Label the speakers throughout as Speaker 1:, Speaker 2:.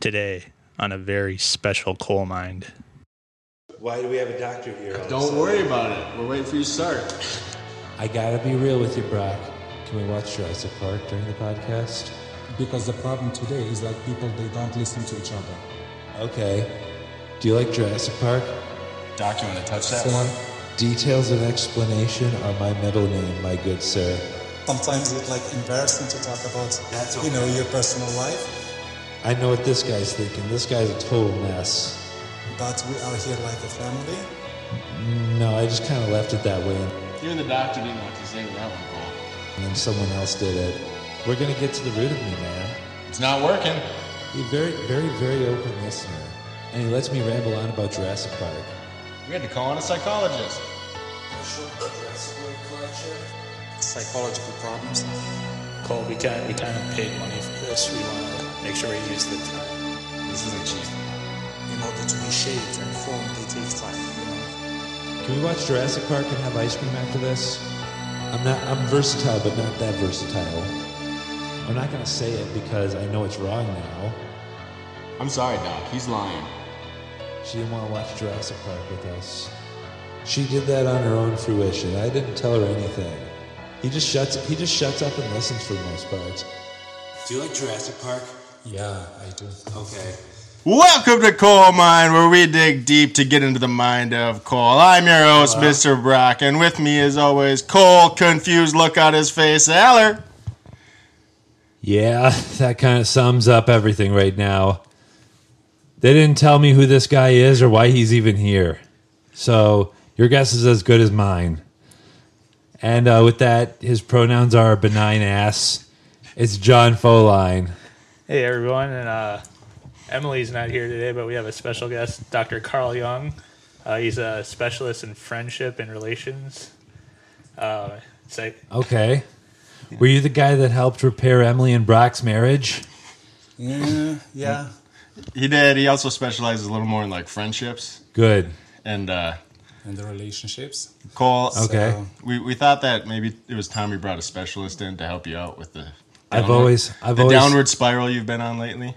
Speaker 1: today on a very special coal mine.
Speaker 2: Why do we have a doctor here? all of a
Speaker 3: Don't
Speaker 2: sudden?
Speaker 3: worry about it. We're waiting for you to start.
Speaker 4: I gotta be real with you, Brock. Can we watch Jurassic Park during the podcast?
Speaker 5: Because the problem today is that people they don't listen to each other.
Speaker 4: Okay. Do you like Jurassic Park?
Speaker 3: Doc, you want to touch that
Speaker 4: Excellent. Details of explanation are my middle name, my good sir.
Speaker 5: Sometimes it's like embarrassing to talk about you know your personal life,
Speaker 4: I know what this guy's thinking. This guy's a total mess.
Speaker 5: but we are here like a family.
Speaker 4: No, I just kind of left it that way,
Speaker 3: You and the doctor didn't know what to say with that one, Cole.
Speaker 4: and then someone else did it. We're gonna get to the root of me, man.
Speaker 3: It's not working.
Speaker 4: He's a very, very, very open listener, and he lets me ramble on about Jurassic Park.
Speaker 3: We had to call in a psychologist.
Speaker 5: Psychological problems.
Speaker 1: Cole, we kind we kind of paid money for this. We want to make sure we use the time.
Speaker 3: This isn't cheap.
Speaker 5: In order to be shaped and formed, they take time. You know?
Speaker 4: Can we watch Jurassic Park and have ice cream after this? I'm not. I'm versatile, but not that versatile. I'm not gonna say it because I know it's wrong now.
Speaker 3: I'm sorry, Doc. He's lying.
Speaker 4: She didn't want to watch Jurassic Park with us. She did that on her own fruition. I didn't tell her anything. He just shuts. He just shuts up and listens for the most part.
Speaker 3: Do you like Jurassic Park?
Speaker 5: Yeah, I do.
Speaker 3: Okay. Welcome to Coal Mine, where we dig deep to get into the mind of coal. I'm your host, Mr. Brock, and with me, as always, Cole, confused look on his face, Aller.
Speaker 4: Yeah, that kind of sums up everything right now. They didn't tell me who this guy is or why he's even here. So your guess is as good as mine. And uh, with that, his pronouns are benign ass. It's John Foline.
Speaker 1: Hey everyone, and uh, Emily's not here today, but we have a special guest, Dr. Carl Young. Uh, he's a specialist in friendship and relations. Uh, psych-
Speaker 4: Okay. Were you the guy that helped repair Emily and Brock's marriage?
Speaker 5: Yeah, yeah.
Speaker 3: He did. He also specializes a little more in like friendships.
Speaker 4: Good.
Speaker 3: And uh,
Speaker 5: And the relationships.
Speaker 3: Cole,
Speaker 4: Okay.
Speaker 5: So-
Speaker 3: we, we thought that maybe it was time we brought a specialist in to help you out with the.
Speaker 4: I've
Speaker 3: downward-
Speaker 4: always- I've
Speaker 3: the
Speaker 4: always-
Speaker 3: downward spiral you've been on lately.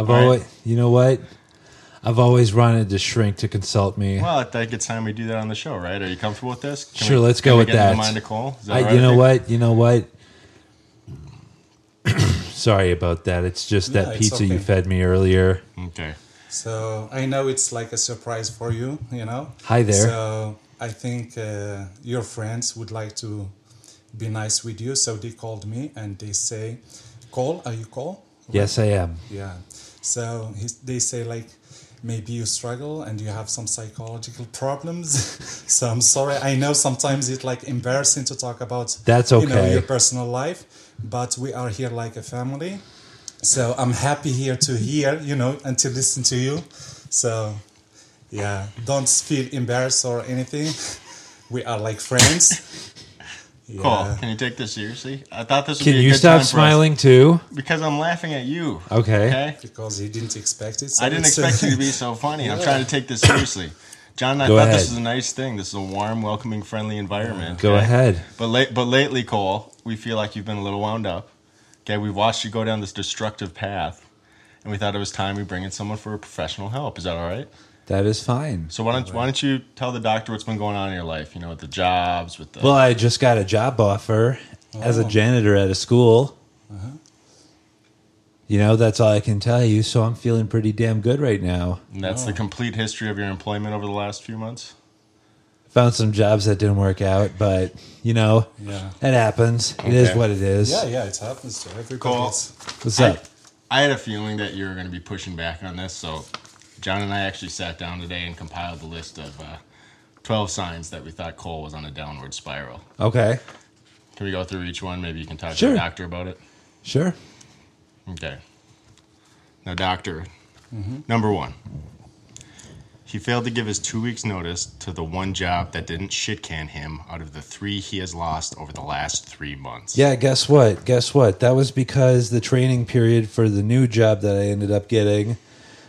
Speaker 4: I've
Speaker 3: All right.
Speaker 4: always, you know what? I've always wanted to shrink to consult me.
Speaker 3: Well, I think it's time we do that on the show, right? Are you comfortable with this? Can
Speaker 4: Sure,
Speaker 3: we-
Speaker 4: let's go
Speaker 3: can we get
Speaker 4: with
Speaker 3: into
Speaker 4: that.
Speaker 3: The mind of Cole. Is that all
Speaker 4: I,
Speaker 3: right
Speaker 4: you
Speaker 3: with
Speaker 4: know what? You know what? Sorry about that. It's just
Speaker 5: No,
Speaker 4: that
Speaker 5: it's
Speaker 4: pizza you
Speaker 5: okay.
Speaker 4: fed me earlier.
Speaker 3: Okay.
Speaker 5: So I know it's like a surprise for you, you know.
Speaker 4: Hi there.
Speaker 5: So I think uh, your friends would like to be nice with you, so they called me and they say, "Call, are you call?"
Speaker 4: Yes, I am.
Speaker 5: Yeah. So he's, they say like maybe you struggle and you have some psychological problems. so I'm sorry. I know sometimes it's like embarrassing to talk about
Speaker 4: That's
Speaker 5: you know
Speaker 4: okay.
Speaker 5: your personal life, but we are here like a family. So I'm happy here to hear, you know, and to listen to you. So yeah, don't feel embarrassed or anything. We are like friends. Yeah.
Speaker 3: Cole, can you take this seriously? I thought this would
Speaker 4: Can
Speaker 3: be a
Speaker 4: you
Speaker 3: good time
Speaker 4: stop
Speaker 3: for us
Speaker 4: smiling too?
Speaker 3: because I'm laughing at you.
Speaker 4: Okay.
Speaker 3: Okay.
Speaker 5: Because he didn't expect it. so
Speaker 3: I didn't
Speaker 5: it's, uh,
Speaker 3: expect you to be so funny. I'm trying to take this seriously. John, I
Speaker 4: Go
Speaker 3: thought
Speaker 4: ahead.
Speaker 3: this was a nice thing. This is a warm, welcoming, friendly environment.
Speaker 4: Go
Speaker 3: okay?
Speaker 4: ahead.
Speaker 3: But late, but lately, Cole, we feel like you've been a little wound up. Okay, we've watched you go down this destructive path, and we thought it was time we bring in someone for professional help. Is that all right?
Speaker 4: That is fine.
Speaker 3: So why don't why don't you tell the doctor what's been going on in your life? You know, with the jobs, with the
Speaker 4: Well, I just got a job offer as a
Speaker 5: Oh. Uh-huh.
Speaker 4: janitor at a school. You know, that's all I can tell you. So I'm feeling pretty damn good right now.
Speaker 3: and that's the complete history of your employment over the last few months.
Speaker 4: Found some jobs that didn't work out, but you know,
Speaker 5: Yeah.
Speaker 4: that happens. It is
Speaker 3: Okay.
Speaker 4: what it is.
Speaker 5: Yeah, yeah, it happens to everybody.
Speaker 3: Cole.
Speaker 5: It's-
Speaker 4: What's up?
Speaker 3: I had a feeling that you were going to be pushing back on this, so John and I actually sat down today and compiled the list of uh, 12 signs that we thought Cole was on a downward spiral.
Speaker 4: Okay.
Speaker 3: Can we go through each one? Maybe you can talk to
Speaker 4: Sure.
Speaker 3: the doctor about it.
Speaker 4: Sure.
Speaker 3: Okay. Now, doctor,
Speaker 4: Mm-hmm.
Speaker 3: number one, he failed to give his two weeks' notice to the one job that didn't shit can him out of the three he has lost over the last three months.
Speaker 4: Yeah, guess what? Guess what? That was because the training period for the new job that I ended up getting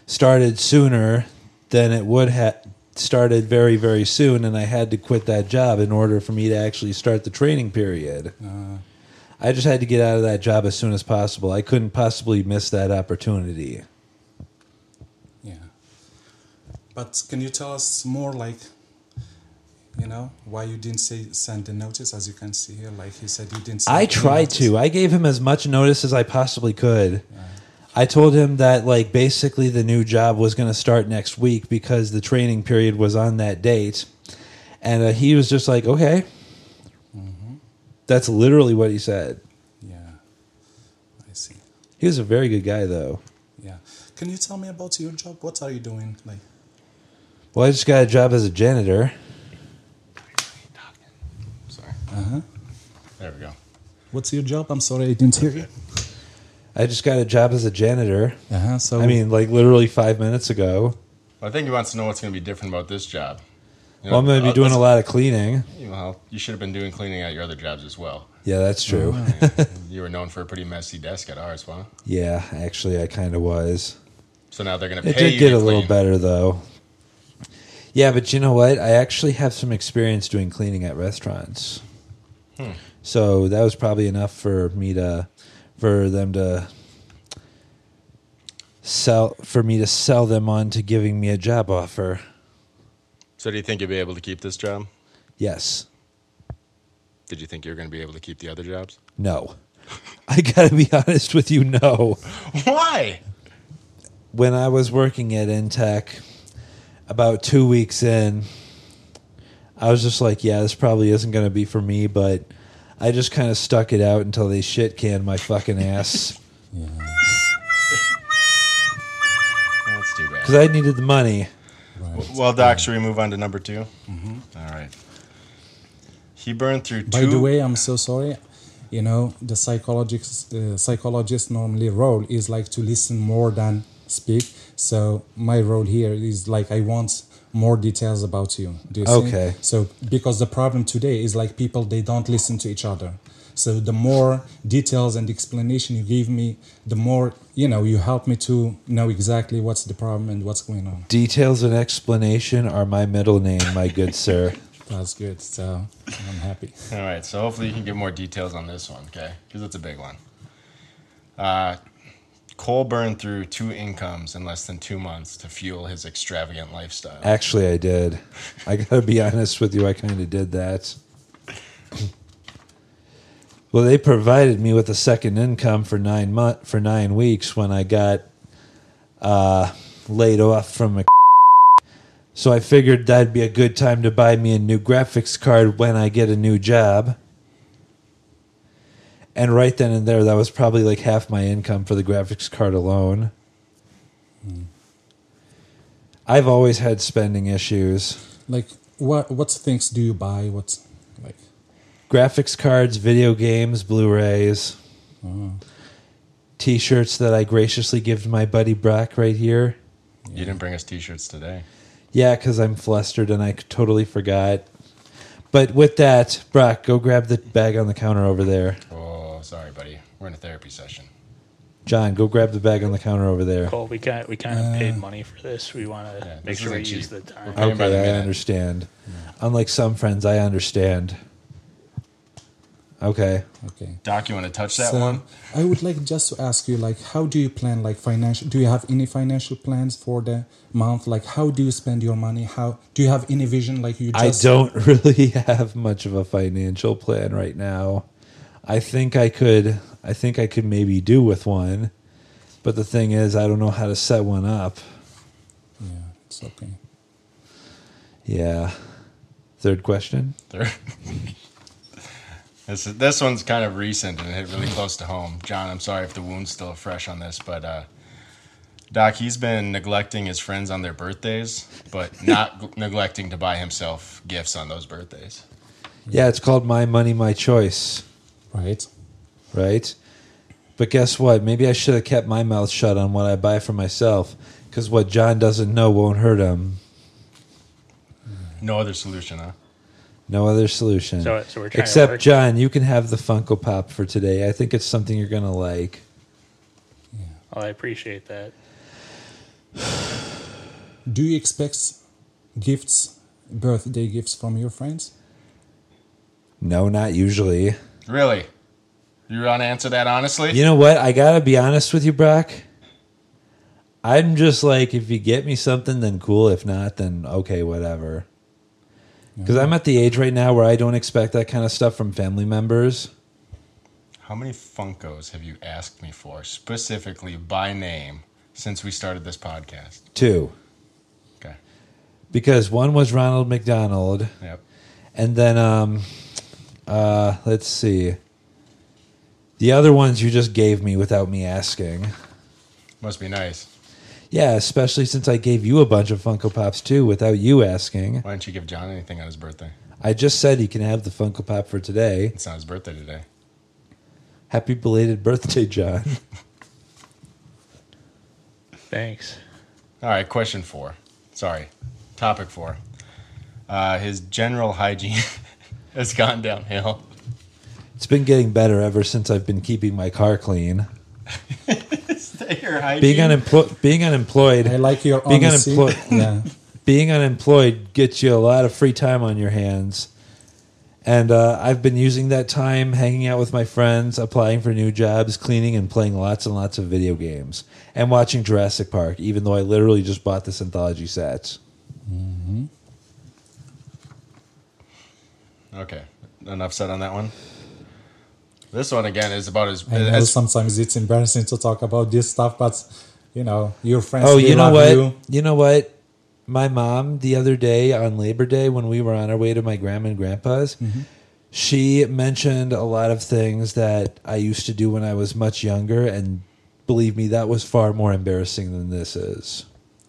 Speaker 4: started sooner than it would have started very very soon and I had to quit that job in order for me to actually start the training period. I just had to get out of that job as soon as possible. I couldn't possibly miss that opportunity.
Speaker 5: Yeah. But can you tell us more, like, you know, why you didn't say send the notice? As you can see here, like he said, you didn't. Send
Speaker 4: I
Speaker 5: any
Speaker 4: tried
Speaker 5: notice.
Speaker 4: to. I gave him as much notice as I possibly could. I told him that like basically the new job was going to start next week because the training period was on that date, and uh, he was just like, "Okay." That's literally what he said.
Speaker 5: Yeah. I see.
Speaker 4: He was a very good guy, though.
Speaker 5: Yeah. Can you tell me about your job? What are you doing? Like,
Speaker 4: Well, I just got a job as a janitor.
Speaker 3: Sorry.
Speaker 5: uh huh.
Speaker 3: There we go.
Speaker 5: What's your job? I'm sorry, I didn't hear you.
Speaker 4: I just got a job as a janitor.
Speaker 5: Uh huh. So
Speaker 4: I mean, like literally five minutes ago.
Speaker 3: I think he wants to know what's going to be different about this job. You know,
Speaker 4: Well, I'm going to
Speaker 3: uh,
Speaker 4: be doing
Speaker 3: let's-
Speaker 4: a lot of cleaning.
Speaker 3: Well, you should have been doing cleaning at your other jobs as well.
Speaker 4: Yeah, that's true.
Speaker 3: You were known for a pretty messy desk at ours, huh?
Speaker 4: Yeah, actually, I kind of was.
Speaker 3: So now they're going to
Speaker 4: It
Speaker 3: pay
Speaker 4: did
Speaker 3: you
Speaker 4: get
Speaker 3: to
Speaker 4: a little
Speaker 3: clean.
Speaker 4: better though. Yeah, but you know what? I actually have some experience doing cleaning at restaurants. So that was probably enough for me to for them to sell for me to sell them on to giving me a job offer.
Speaker 3: So do you think you'll be able to keep this job?
Speaker 4: Yes.
Speaker 3: Did you think you were going to be able to keep the other jobs?
Speaker 4: No. I got to be honest with you, no.
Speaker 3: Why?
Speaker 4: when I was working at Intech, about two weeks in, I was just like, yeah, this probably isn't going to be for me, but I just kind of stuck it out until they shit canned my fucking ass
Speaker 3: That's too bad.
Speaker 4: because I needed the money.
Speaker 3: Well, Doc, should we move on to number 2 Mm-hmm. right. He burned through two.
Speaker 5: By the way, I'm so sorry. You know, the psychologist uh, psychologist normally role is like to listen more than speak. So my role here is like I want more details about you. Do you see?
Speaker 4: Okay.
Speaker 5: So because the problem today is like people they don't listen to each other. So the more details and explanation you give me, the more you know you help me to know exactly what's the problem and what's going on.
Speaker 4: Details and explanation are my middle name, my good sir.
Speaker 5: That's good. So I'm happy.
Speaker 3: All right, so hopefully you can give more details on this one, okay? Because it's a big one. Uh, Cole burned through two incomes in less than two months to fuel his extravagant lifestyle.
Speaker 4: Actually, I did. I got to be honest with you, I kind of did that. Well, they provided me with a second income for nine month for nine weeks when I got uh, laid off from a. So I figured that'd be a good time to buy me a new graphics card when I get a new job. And right then and there, that was probably like half my income for the graphics card alone. I've always had spending issues.
Speaker 5: Like what what things do you buy? What's like
Speaker 4: graphics cards, video games, Blu-rays, T-shirts that I graciously give to my buddy Brock right here.
Speaker 3: You didn't bring us t shirts today.
Speaker 4: Yeah, because I'm flustered and I totally forgot. But with that, Brock, go grab the bag on the counter over there.
Speaker 3: Oh, sorry, buddy. We're in a therapy session.
Speaker 4: John, go grab the bag on the counter over there.
Speaker 1: Cole, we kind we kind of paid money for this. We want to
Speaker 3: Uh, Yeah,
Speaker 1: make
Speaker 3: this
Speaker 1: sure we
Speaker 3: isn't
Speaker 1: use the
Speaker 3: cheap.
Speaker 1: time.
Speaker 3: We're paying by the
Speaker 4: Okay, I
Speaker 3: minute.
Speaker 4: understand. Unlike some friends, I understand. Okay.
Speaker 5: okay.
Speaker 3: Doc, you want to touch that
Speaker 5: So,
Speaker 3: one?
Speaker 5: I would like just to ask you, like, how do you plan, like, financial? Do you have any financial plans for the month? Like, how do you spend your money? How do you have any vision? Like, you
Speaker 4: I
Speaker 5: just
Speaker 4: don't really have much of a financial plan right now. I think I could I think I could maybe do with one. But the thing is I don't know how to set one up.
Speaker 5: Yeah, it's okay.
Speaker 4: Yeah. Third question.
Speaker 3: There- this, is- this one's kind of recent and it hit really close to home. John, I'm sorry if the wound's still fresh on this, but uh, Doc, he's been neglecting his friends on their birthdays, but not g- neglecting to buy himself gifts on those birthdays.
Speaker 1: Hmm.
Speaker 4: Yeah, it's called My Money My Choice,
Speaker 5: Right?
Speaker 4: right? But guess what? Maybe I should have kept my mouth shut on what I buy for myself cuz what John doesn't know won't hurt him.
Speaker 3: No other solution, huh?
Speaker 4: No other solution.
Speaker 1: So, so we're trying
Speaker 4: Except
Speaker 1: to work.
Speaker 4: John, you can have the Funko Pop for today. I think it's something you're going to like.
Speaker 1: Well, I appreciate that.
Speaker 5: Do you expect gifts, birthday gifts from your friends?
Speaker 4: No, not usually.
Speaker 3: Really? You want to answer that honestly?
Speaker 4: You know what? I gotta be honest with you, Brock. I'm just like, if you get me something, then cool. If not, then okay, whatever. Because I'm at the age right now where I don't expect that kind of stuff from family members.
Speaker 3: How many Funkos have you asked me for specifically by name since we started this podcast?
Speaker 4: Two,
Speaker 3: Okay.
Speaker 4: because one was Ronald McDonald,
Speaker 3: Yep.
Speaker 4: and then um, uh, let's see, the other ones you just gave me without me asking.
Speaker 3: Must be nice.
Speaker 4: Yeah, especially since I gave you a bunch of Funko Pops too without you asking.
Speaker 3: Why didn't you give John anything on his birthday?
Speaker 4: I just said you can have the Funko Pop for today.
Speaker 3: It's not his birthday today.
Speaker 4: Happy belated birthday, John.
Speaker 1: Thanks.
Speaker 3: All right, question four. Sorry, topic four. Uh, his general hygiene has gone downhill.
Speaker 4: It's been getting better ever since I've been keeping my car clean.
Speaker 3: Is that your hygiene?
Speaker 4: Being unemployed, being unemployed,
Speaker 5: I like your
Speaker 4: Being
Speaker 5: honesty.
Speaker 4: unemployed.
Speaker 5: yeah.
Speaker 4: being unemployed gets you a lot of free time on your hands. And uh, I've been using that time hanging out with my friends, applying for new jobs, cleaning, and playing lots and lots of video games, and watching Jurassic Park. Even though I literally just bought this anthology set.
Speaker 3: Okay, enough said on that one. This one again is about his.
Speaker 5: I know
Speaker 3: as-
Speaker 5: sometimes it's embarrassing to talk about this stuff, but you know, your friends.
Speaker 4: Oh,
Speaker 5: they
Speaker 4: you know
Speaker 5: love
Speaker 4: what?
Speaker 5: You.
Speaker 4: You. know what? My mom the other day on Labor Day when we were on our way to my grandma and grandpa's,
Speaker 5: Mm-hmm.
Speaker 4: she mentioned a lot of things that I used to do when I was much younger, and believe me, that was far more embarrassing than this is.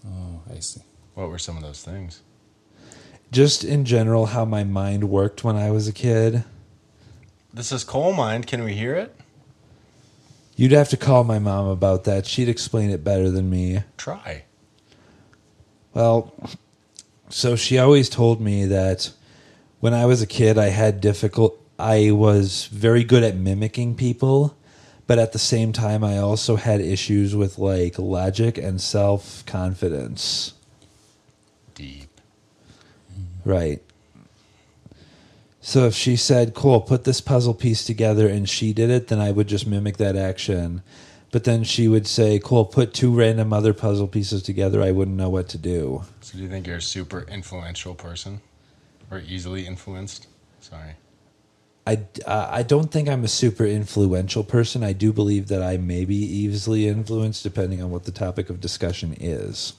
Speaker 5: Oh, I see.
Speaker 3: what were some of those things?
Speaker 4: Just in general, how my mind worked when I was a kid.
Speaker 3: This is coal mine. Can we hear it?
Speaker 4: You'd have to call my mom about that. She'd explain it better than me.
Speaker 3: Try.
Speaker 4: Well, so she always told me that when I was a kid, I had difficult. I was very good at mimicking people, but at the same time, I also had issues with like logic and self confidence.
Speaker 3: Deep.
Speaker 4: Right. So if she said, "Cool, put this puzzle piece together," and she did it, then I would just mimic that action. But then she would say, "Cool, put two random other puzzle pieces together." I wouldn't know what to do.
Speaker 3: So, do you think you're a super influential person, or easily influenced? Sorry.
Speaker 4: I, uh, I don't think I'm a super influential person. I do believe that I may be easily influenced depending on what the topic of discussion is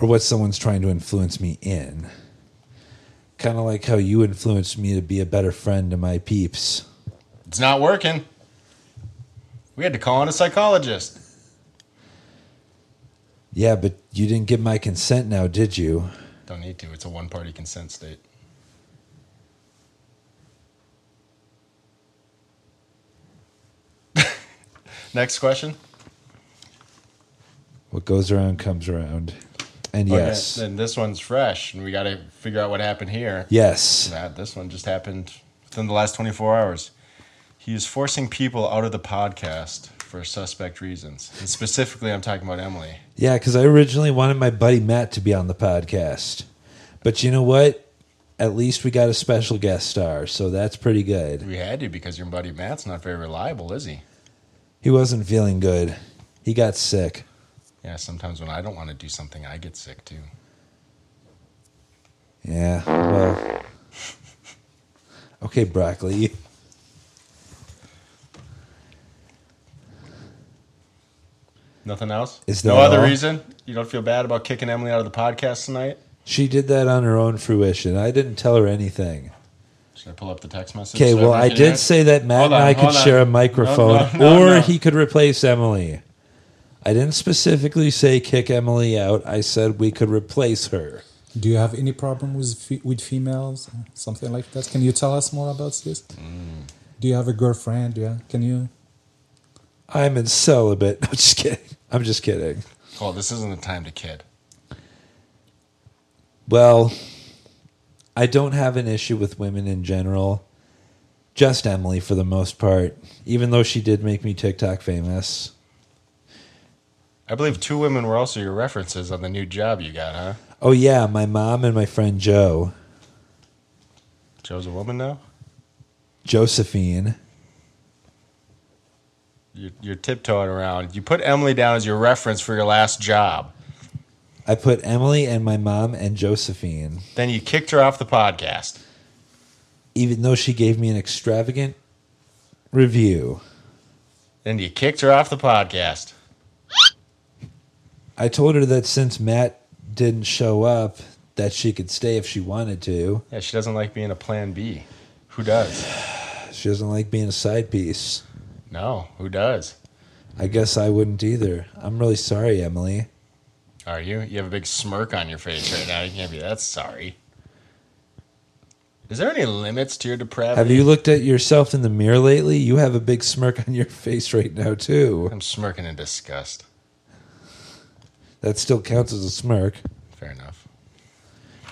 Speaker 4: or what someone's trying to influence me in. Kind of like how you influenced me to be a better friend to my peeps.
Speaker 3: It's not working. We had to call in a psychologist.
Speaker 4: Yeah, but you didn't give my consent now, did you?
Speaker 3: Don't need to. It's a one-party consent state. Next question.
Speaker 4: What goes around comes around. And
Speaker 3: Okay,
Speaker 4: yes.
Speaker 3: Oh, Then this one's fresh, and we got to figure out what happened here.
Speaker 4: Yes.
Speaker 3: That this one just happened within the last 24 hours. He is forcing people out of the podcast for suspect reasons. And specifically, I'm talking about Emily.
Speaker 4: Yeah, because I originally wanted my buddy Matt to be on the podcast. But you know what? At least we got a special guest star, so that's pretty good.
Speaker 3: We had to because your buddy Matt's not very reliable, is he?
Speaker 4: He wasn't feeling good. He got sick.
Speaker 3: Yeah, sometimes when I don't want to do something, I get sick too.
Speaker 4: Yeah, well. Okay, broccoli.
Speaker 3: Nothing else?
Speaker 4: Is
Speaker 3: no
Speaker 4: that
Speaker 3: other
Speaker 4: all?
Speaker 3: reason? You don't feel bad about kicking Emily out of the podcast tonight?
Speaker 4: She did that on her own fruition. I didn't tell her anything.
Speaker 3: Should I pull up the text message?
Speaker 4: Okay,
Speaker 3: so
Speaker 4: well,
Speaker 3: everyone
Speaker 4: I
Speaker 3: can
Speaker 4: did
Speaker 3: hear it?
Speaker 4: say that Matt
Speaker 3: Hold
Speaker 4: and
Speaker 3: on,
Speaker 4: I could
Speaker 3: hold on.
Speaker 4: share a
Speaker 3: No,
Speaker 4: microphone,
Speaker 3: no, no,
Speaker 4: or
Speaker 3: no.
Speaker 4: he could replace Emily. I didn't specifically say kick Emily out. I said we could replace her.
Speaker 5: Do you have any problem with fe- with females, something like that? Can you tell us more about this? Do you have a girlfriend? Yeah. Can you?
Speaker 4: I'm in celibate. I'm just kidding. I'm just kidding.
Speaker 3: Well, this isn't the time to kid.
Speaker 4: Well, I don't have an issue with women in general. Just Emily for the most part, even though she did make me TikTok famous.
Speaker 3: I believe two women were also your references on the new job you got, huh?
Speaker 4: Oh yeah, my mom and my friend Joe,
Speaker 3: Joe's a woman now?
Speaker 4: Josephine.
Speaker 3: You're, you're tiptoeing around. You put Emily down as your reference for your last job.
Speaker 4: I put Emily and my mom and Josephine,
Speaker 3: Then you kicked her off the podcast.
Speaker 4: even though she gave me an extravagant review.
Speaker 3: Then you kicked her off the podcast.
Speaker 4: I told her that since Matt didn't show up, that she could stay if she wanted to.
Speaker 3: Yeah, she doesn't like being a plan B. Who does?
Speaker 4: She doesn't like being a side piece.
Speaker 3: No, who does?
Speaker 4: I guess I wouldn't either. I'm really sorry, Emily.
Speaker 3: Are you? You have a big smirk on your face right now. You can't be that sorry. Is there any limits to your depravity?
Speaker 4: Have you looked at yourself in the mirror lately? You have a big smirk on your face right now, too.
Speaker 3: I'm smirking in disgust.
Speaker 4: That still counts as a smirk.
Speaker 3: Fair enough.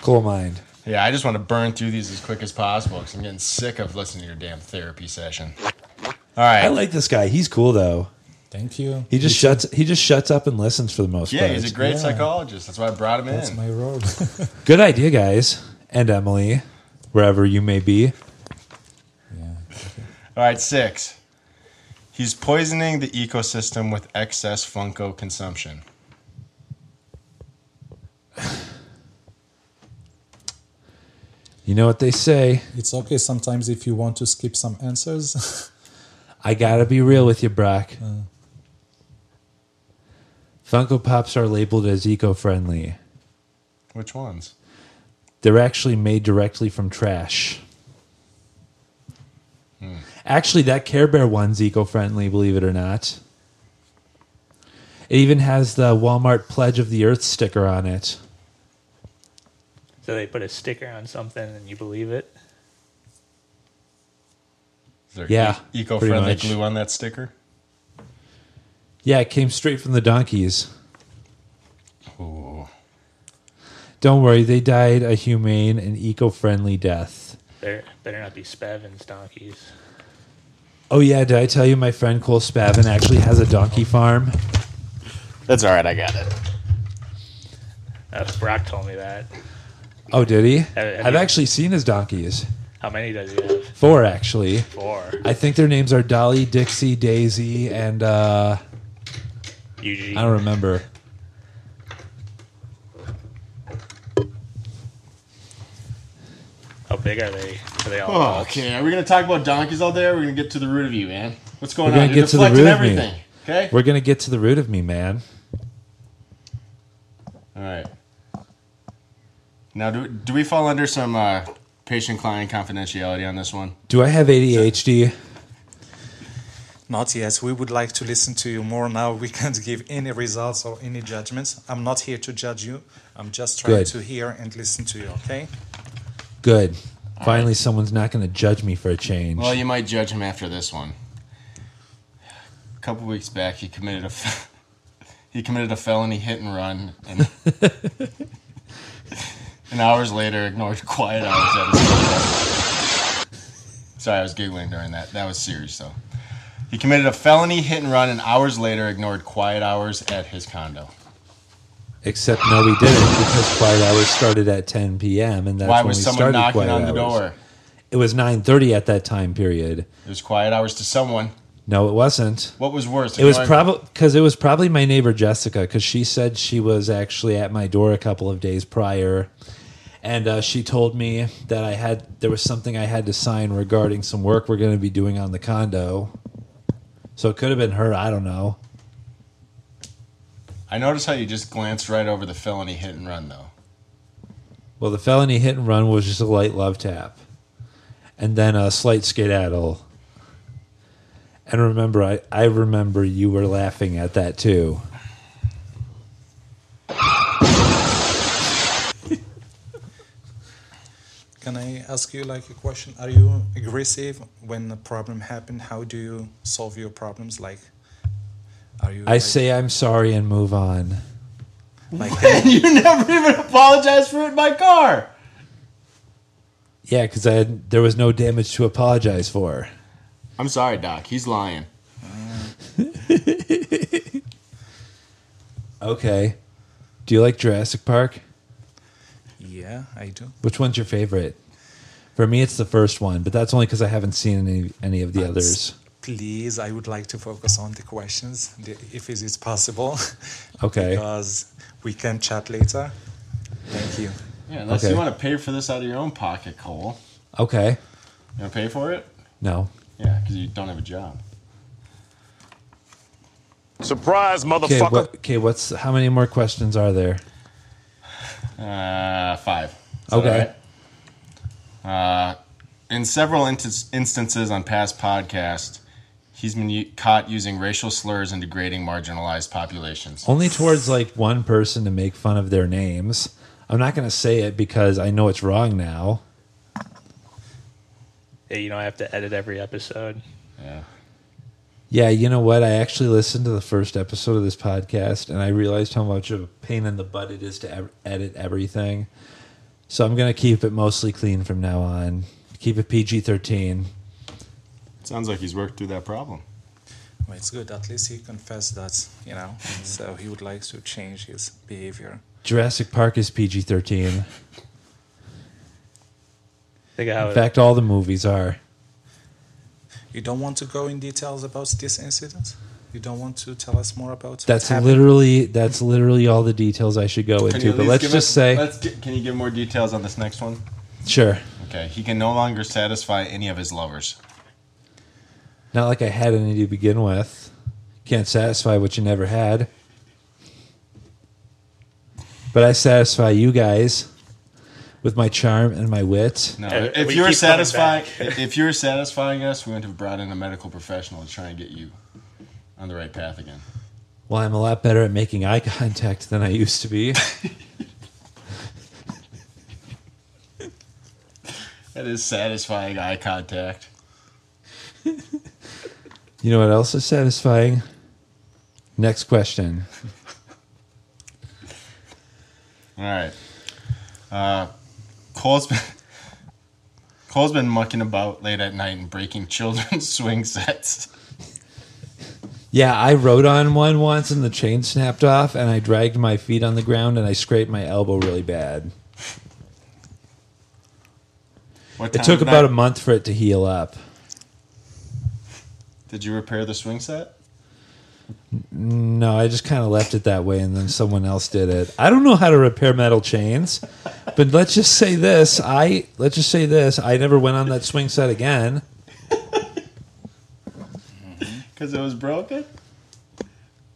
Speaker 4: Coal mind.
Speaker 3: Yeah, I just want to burn through these as quick as possible because I'm getting sick of listening to your damn therapy session. All right.
Speaker 4: I like this guy. He's cool though.
Speaker 5: Thank you.
Speaker 4: He just shuts. He just shuts up and listens for the most
Speaker 3: yeah,
Speaker 4: part.
Speaker 3: he's a great
Speaker 5: Yeah.
Speaker 3: psychologist. That's why I brought him
Speaker 5: That's
Speaker 3: in.
Speaker 5: my role.
Speaker 4: Good idea, guys, and Emily, wherever you may be.
Speaker 5: yeah.
Speaker 3: All right, six. He's poisoning the ecosystem with excess Funko consumption.
Speaker 4: You know what they say.
Speaker 5: It's okay sometimes if you want to skip some answers.
Speaker 4: I gotta be real with you, Brock.
Speaker 3: Uh.
Speaker 4: Funko Pops are labeled as eco-friendly.
Speaker 3: Which ones?
Speaker 4: They're actually made directly from trash.
Speaker 1: Hmm.
Speaker 4: Actually, that Care Bear one's eco-friendly, believe it or not. It even has the Walmart Pledge of the Earth sticker on it.
Speaker 1: So they put a sticker on something and you believe it.
Speaker 3: Is there
Speaker 4: Yeah,
Speaker 3: e- eco-friendly
Speaker 4: pretty much.
Speaker 3: glue on that sticker?
Speaker 4: Yeah, it came straight from the donkeys.
Speaker 3: Ooh.
Speaker 4: Don't worry, they died a humane and eco friendly death.
Speaker 1: There better not be Spavin's donkeys.
Speaker 4: Oh, yeah, did I tell you my friend Cole Spavin actually has a donkey farm?
Speaker 3: That's all right. I got it.
Speaker 1: Uh, Brock told me that.
Speaker 4: Oh, did he?
Speaker 1: have
Speaker 4: I've
Speaker 1: you-
Speaker 4: actually seen his donkeys.
Speaker 1: How many does he have?
Speaker 4: Four, actually.
Speaker 1: Four.
Speaker 4: I think their names are Dolly, Dixie, Daisy, and uh,
Speaker 1: Eugene.
Speaker 4: I don't remember.
Speaker 1: How big are they? Are they all?
Speaker 3: Oh,
Speaker 1: adults?
Speaker 3: okay. Are we gonna talk about donkeys all day? Or are we gonna get to the root of you, man? What's going
Speaker 4: We're gonna
Speaker 3: on? You're
Speaker 4: get to the
Speaker 3: deflecting
Speaker 4: root of me.
Speaker 3: everything. Okay.
Speaker 4: We're going to get to the root of me, man.
Speaker 3: all right. Now, do, do we fall under some uh, patient-client confidentiality on this one?
Speaker 4: Do I have ADHD?
Speaker 5: Not yet. We would like to listen to you more now. We can't give any results or any judgments. I'm not here to judge you. I'm just trying
Speaker 4: Good.
Speaker 5: to hear and listen to you, okay?
Speaker 4: Good. Finally, someone's not going to judge me for a change.
Speaker 3: Well, you might judge him after this one. A couple weeks back, he committed a f- he committed a felony hit and run, and, and hours later ignored quiet hours at his Sorry, I was giggling during that. That was serious, though. He committed a felony hit and run, and hours later ignored quiet hours at his condo.
Speaker 4: Except no, we didn't because quiet hours started at 10 p.m. and that's
Speaker 3: Why
Speaker 4: when
Speaker 3: was
Speaker 4: we
Speaker 3: someone
Speaker 4: started
Speaker 3: knocking
Speaker 4: quiet
Speaker 3: on the
Speaker 4: hours.
Speaker 3: door?
Speaker 4: It was 9:30 at that time period.
Speaker 3: It was quiet hours to someone.
Speaker 4: No, it wasn't.
Speaker 3: What was worse?
Speaker 4: It was
Speaker 3: ignoring-
Speaker 4: probably because it was probably my neighbor Jessica because she said she was actually at my door a couple of days prior, and uh, she told me that I had there was something I had to sign regarding some work we're going to be doing on the condo. So it could have been her. I don't know.
Speaker 3: I noticed how you just glanced right over the felony hit and run, though.
Speaker 4: Well, the felony hit and run was just a light love tap, and then a slight skedaddle. And remember, I, I remember you were laughing at that too.
Speaker 5: Can I ask you like a question? Are you aggressive when a problem happened? How do you solve your problems? Like, are you?
Speaker 4: I say I'm sorry and move on.
Speaker 5: like
Speaker 3: you never even apologized for it in my car.
Speaker 4: Yeah, because I had, there was no damage to apologize for.
Speaker 3: I'm sorry, Doc. He's lying.
Speaker 4: Okay. Do you like Jurassic Park?
Speaker 5: yeah, I do.
Speaker 4: Which one's your favorite? For me, it's the first one, but that's only because I haven't seen any any of the others.
Speaker 5: please, I would like to focus on the questions, the- if it is possible.
Speaker 4: Okay.
Speaker 5: Because we can chat later. Thank you.
Speaker 3: Yeah, unless
Speaker 4: Okay.
Speaker 3: you want to pay for this out of your own pocket, Cole.
Speaker 4: Okay.
Speaker 3: You want to pay for it?
Speaker 4: No.
Speaker 3: Yeah, because you don't have a job.
Speaker 6: Surprise,
Speaker 4: Okay.
Speaker 6: motherfucker.
Speaker 4: What, okay. What's how many more questions are there?
Speaker 3: Uh, five. Is that
Speaker 4: Okay.
Speaker 3: all right? Uh, in several inti- instances on past podcasts, he's been u- caught using racial slurs and degrading marginalized populations.
Speaker 4: Only towards like one person to make fun of their names. I'm not going to say it because I know it's wrong now.
Speaker 1: Yeah, you don't have to edit every episode.
Speaker 3: Yeah.
Speaker 4: Yeah, you know what? I actually listened to the first episode of this podcast and I realized how much of a pain in the butt it is to ev- edit everything. So I'm going to keep it mostly clean from now on. Keep it PG 13.
Speaker 3: Sounds like he's worked through that problem.
Speaker 5: Well, it's good. At least he confessed that, you know.
Speaker 4: Mm-hmm.
Speaker 5: So he would like to change his behavior.
Speaker 4: Jurassic Park is PG 13.
Speaker 1: Think of how
Speaker 4: In
Speaker 1: it-
Speaker 4: fact, all the movies are.
Speaker 5: You don't want to go in details about this incident? You don't want to tell us more about
Speaker 4: That's
Speaker 5: happened?
Speaker 4: literally that's literally all the details I should go
Speaker 3: Can you
Speaker 4: into.
Speaker 3: at
Speaker 4: But
Speaker 3: least
Speaker 4: let's
Speaker 3: give
Speaker 4: just
Speaker 3: us-
Speaker 4: say,
Speaker 3: let's get- can you give more details on this next one?
Speaker 4: sure.
Speaker 3: Okay, he can no longer satisfy any of his lovers.
Speaker 4: Not like I had any to begin with. Can't satisfy what you never had. But I satisfy you guys with my charm and my wit.
Speaker 3: No,
Speaker 1: Uh,
Speaker 3: if
Speaker 1: we
Speaker 3: you're
Speaker 1: keep coming
Speaker 3: satisfying, if you're satisfying us, we wouldn't have brought in a medical professional to try and get you on the right path again.
Speaker 4: Well, I'm a lot better at making eye contact than I used to be.
Speaker 3: That is satisfying eye contact.
Speaker 4: You know what else is satisfying? Next question.
Speaker 3: All right. Uh, Cole's been, Cole's been mucking about late at night and breaking children's swing sets.
Speaker 4: Yeah, I rode on one once and the chain snapped off, and I dragged my feet on the ground and I scraped my elbow really bad.
Speaker 3: What
Speaker 4: It
Speaker 3: time
Speaker 4: took
Speaker 3: of
Speaker 4: about a
Speaker 3: night
Speaker 4: month for it to heal up.
Speaker 3: Did you repair the swing set?
Speaker 4: No, I just kind of left it that way, and then someone else did it. I don't know how to repair metal chains, but let's just say this: I let's just say this: I never went on that swing set again.
Speaker 3: Because it was broken.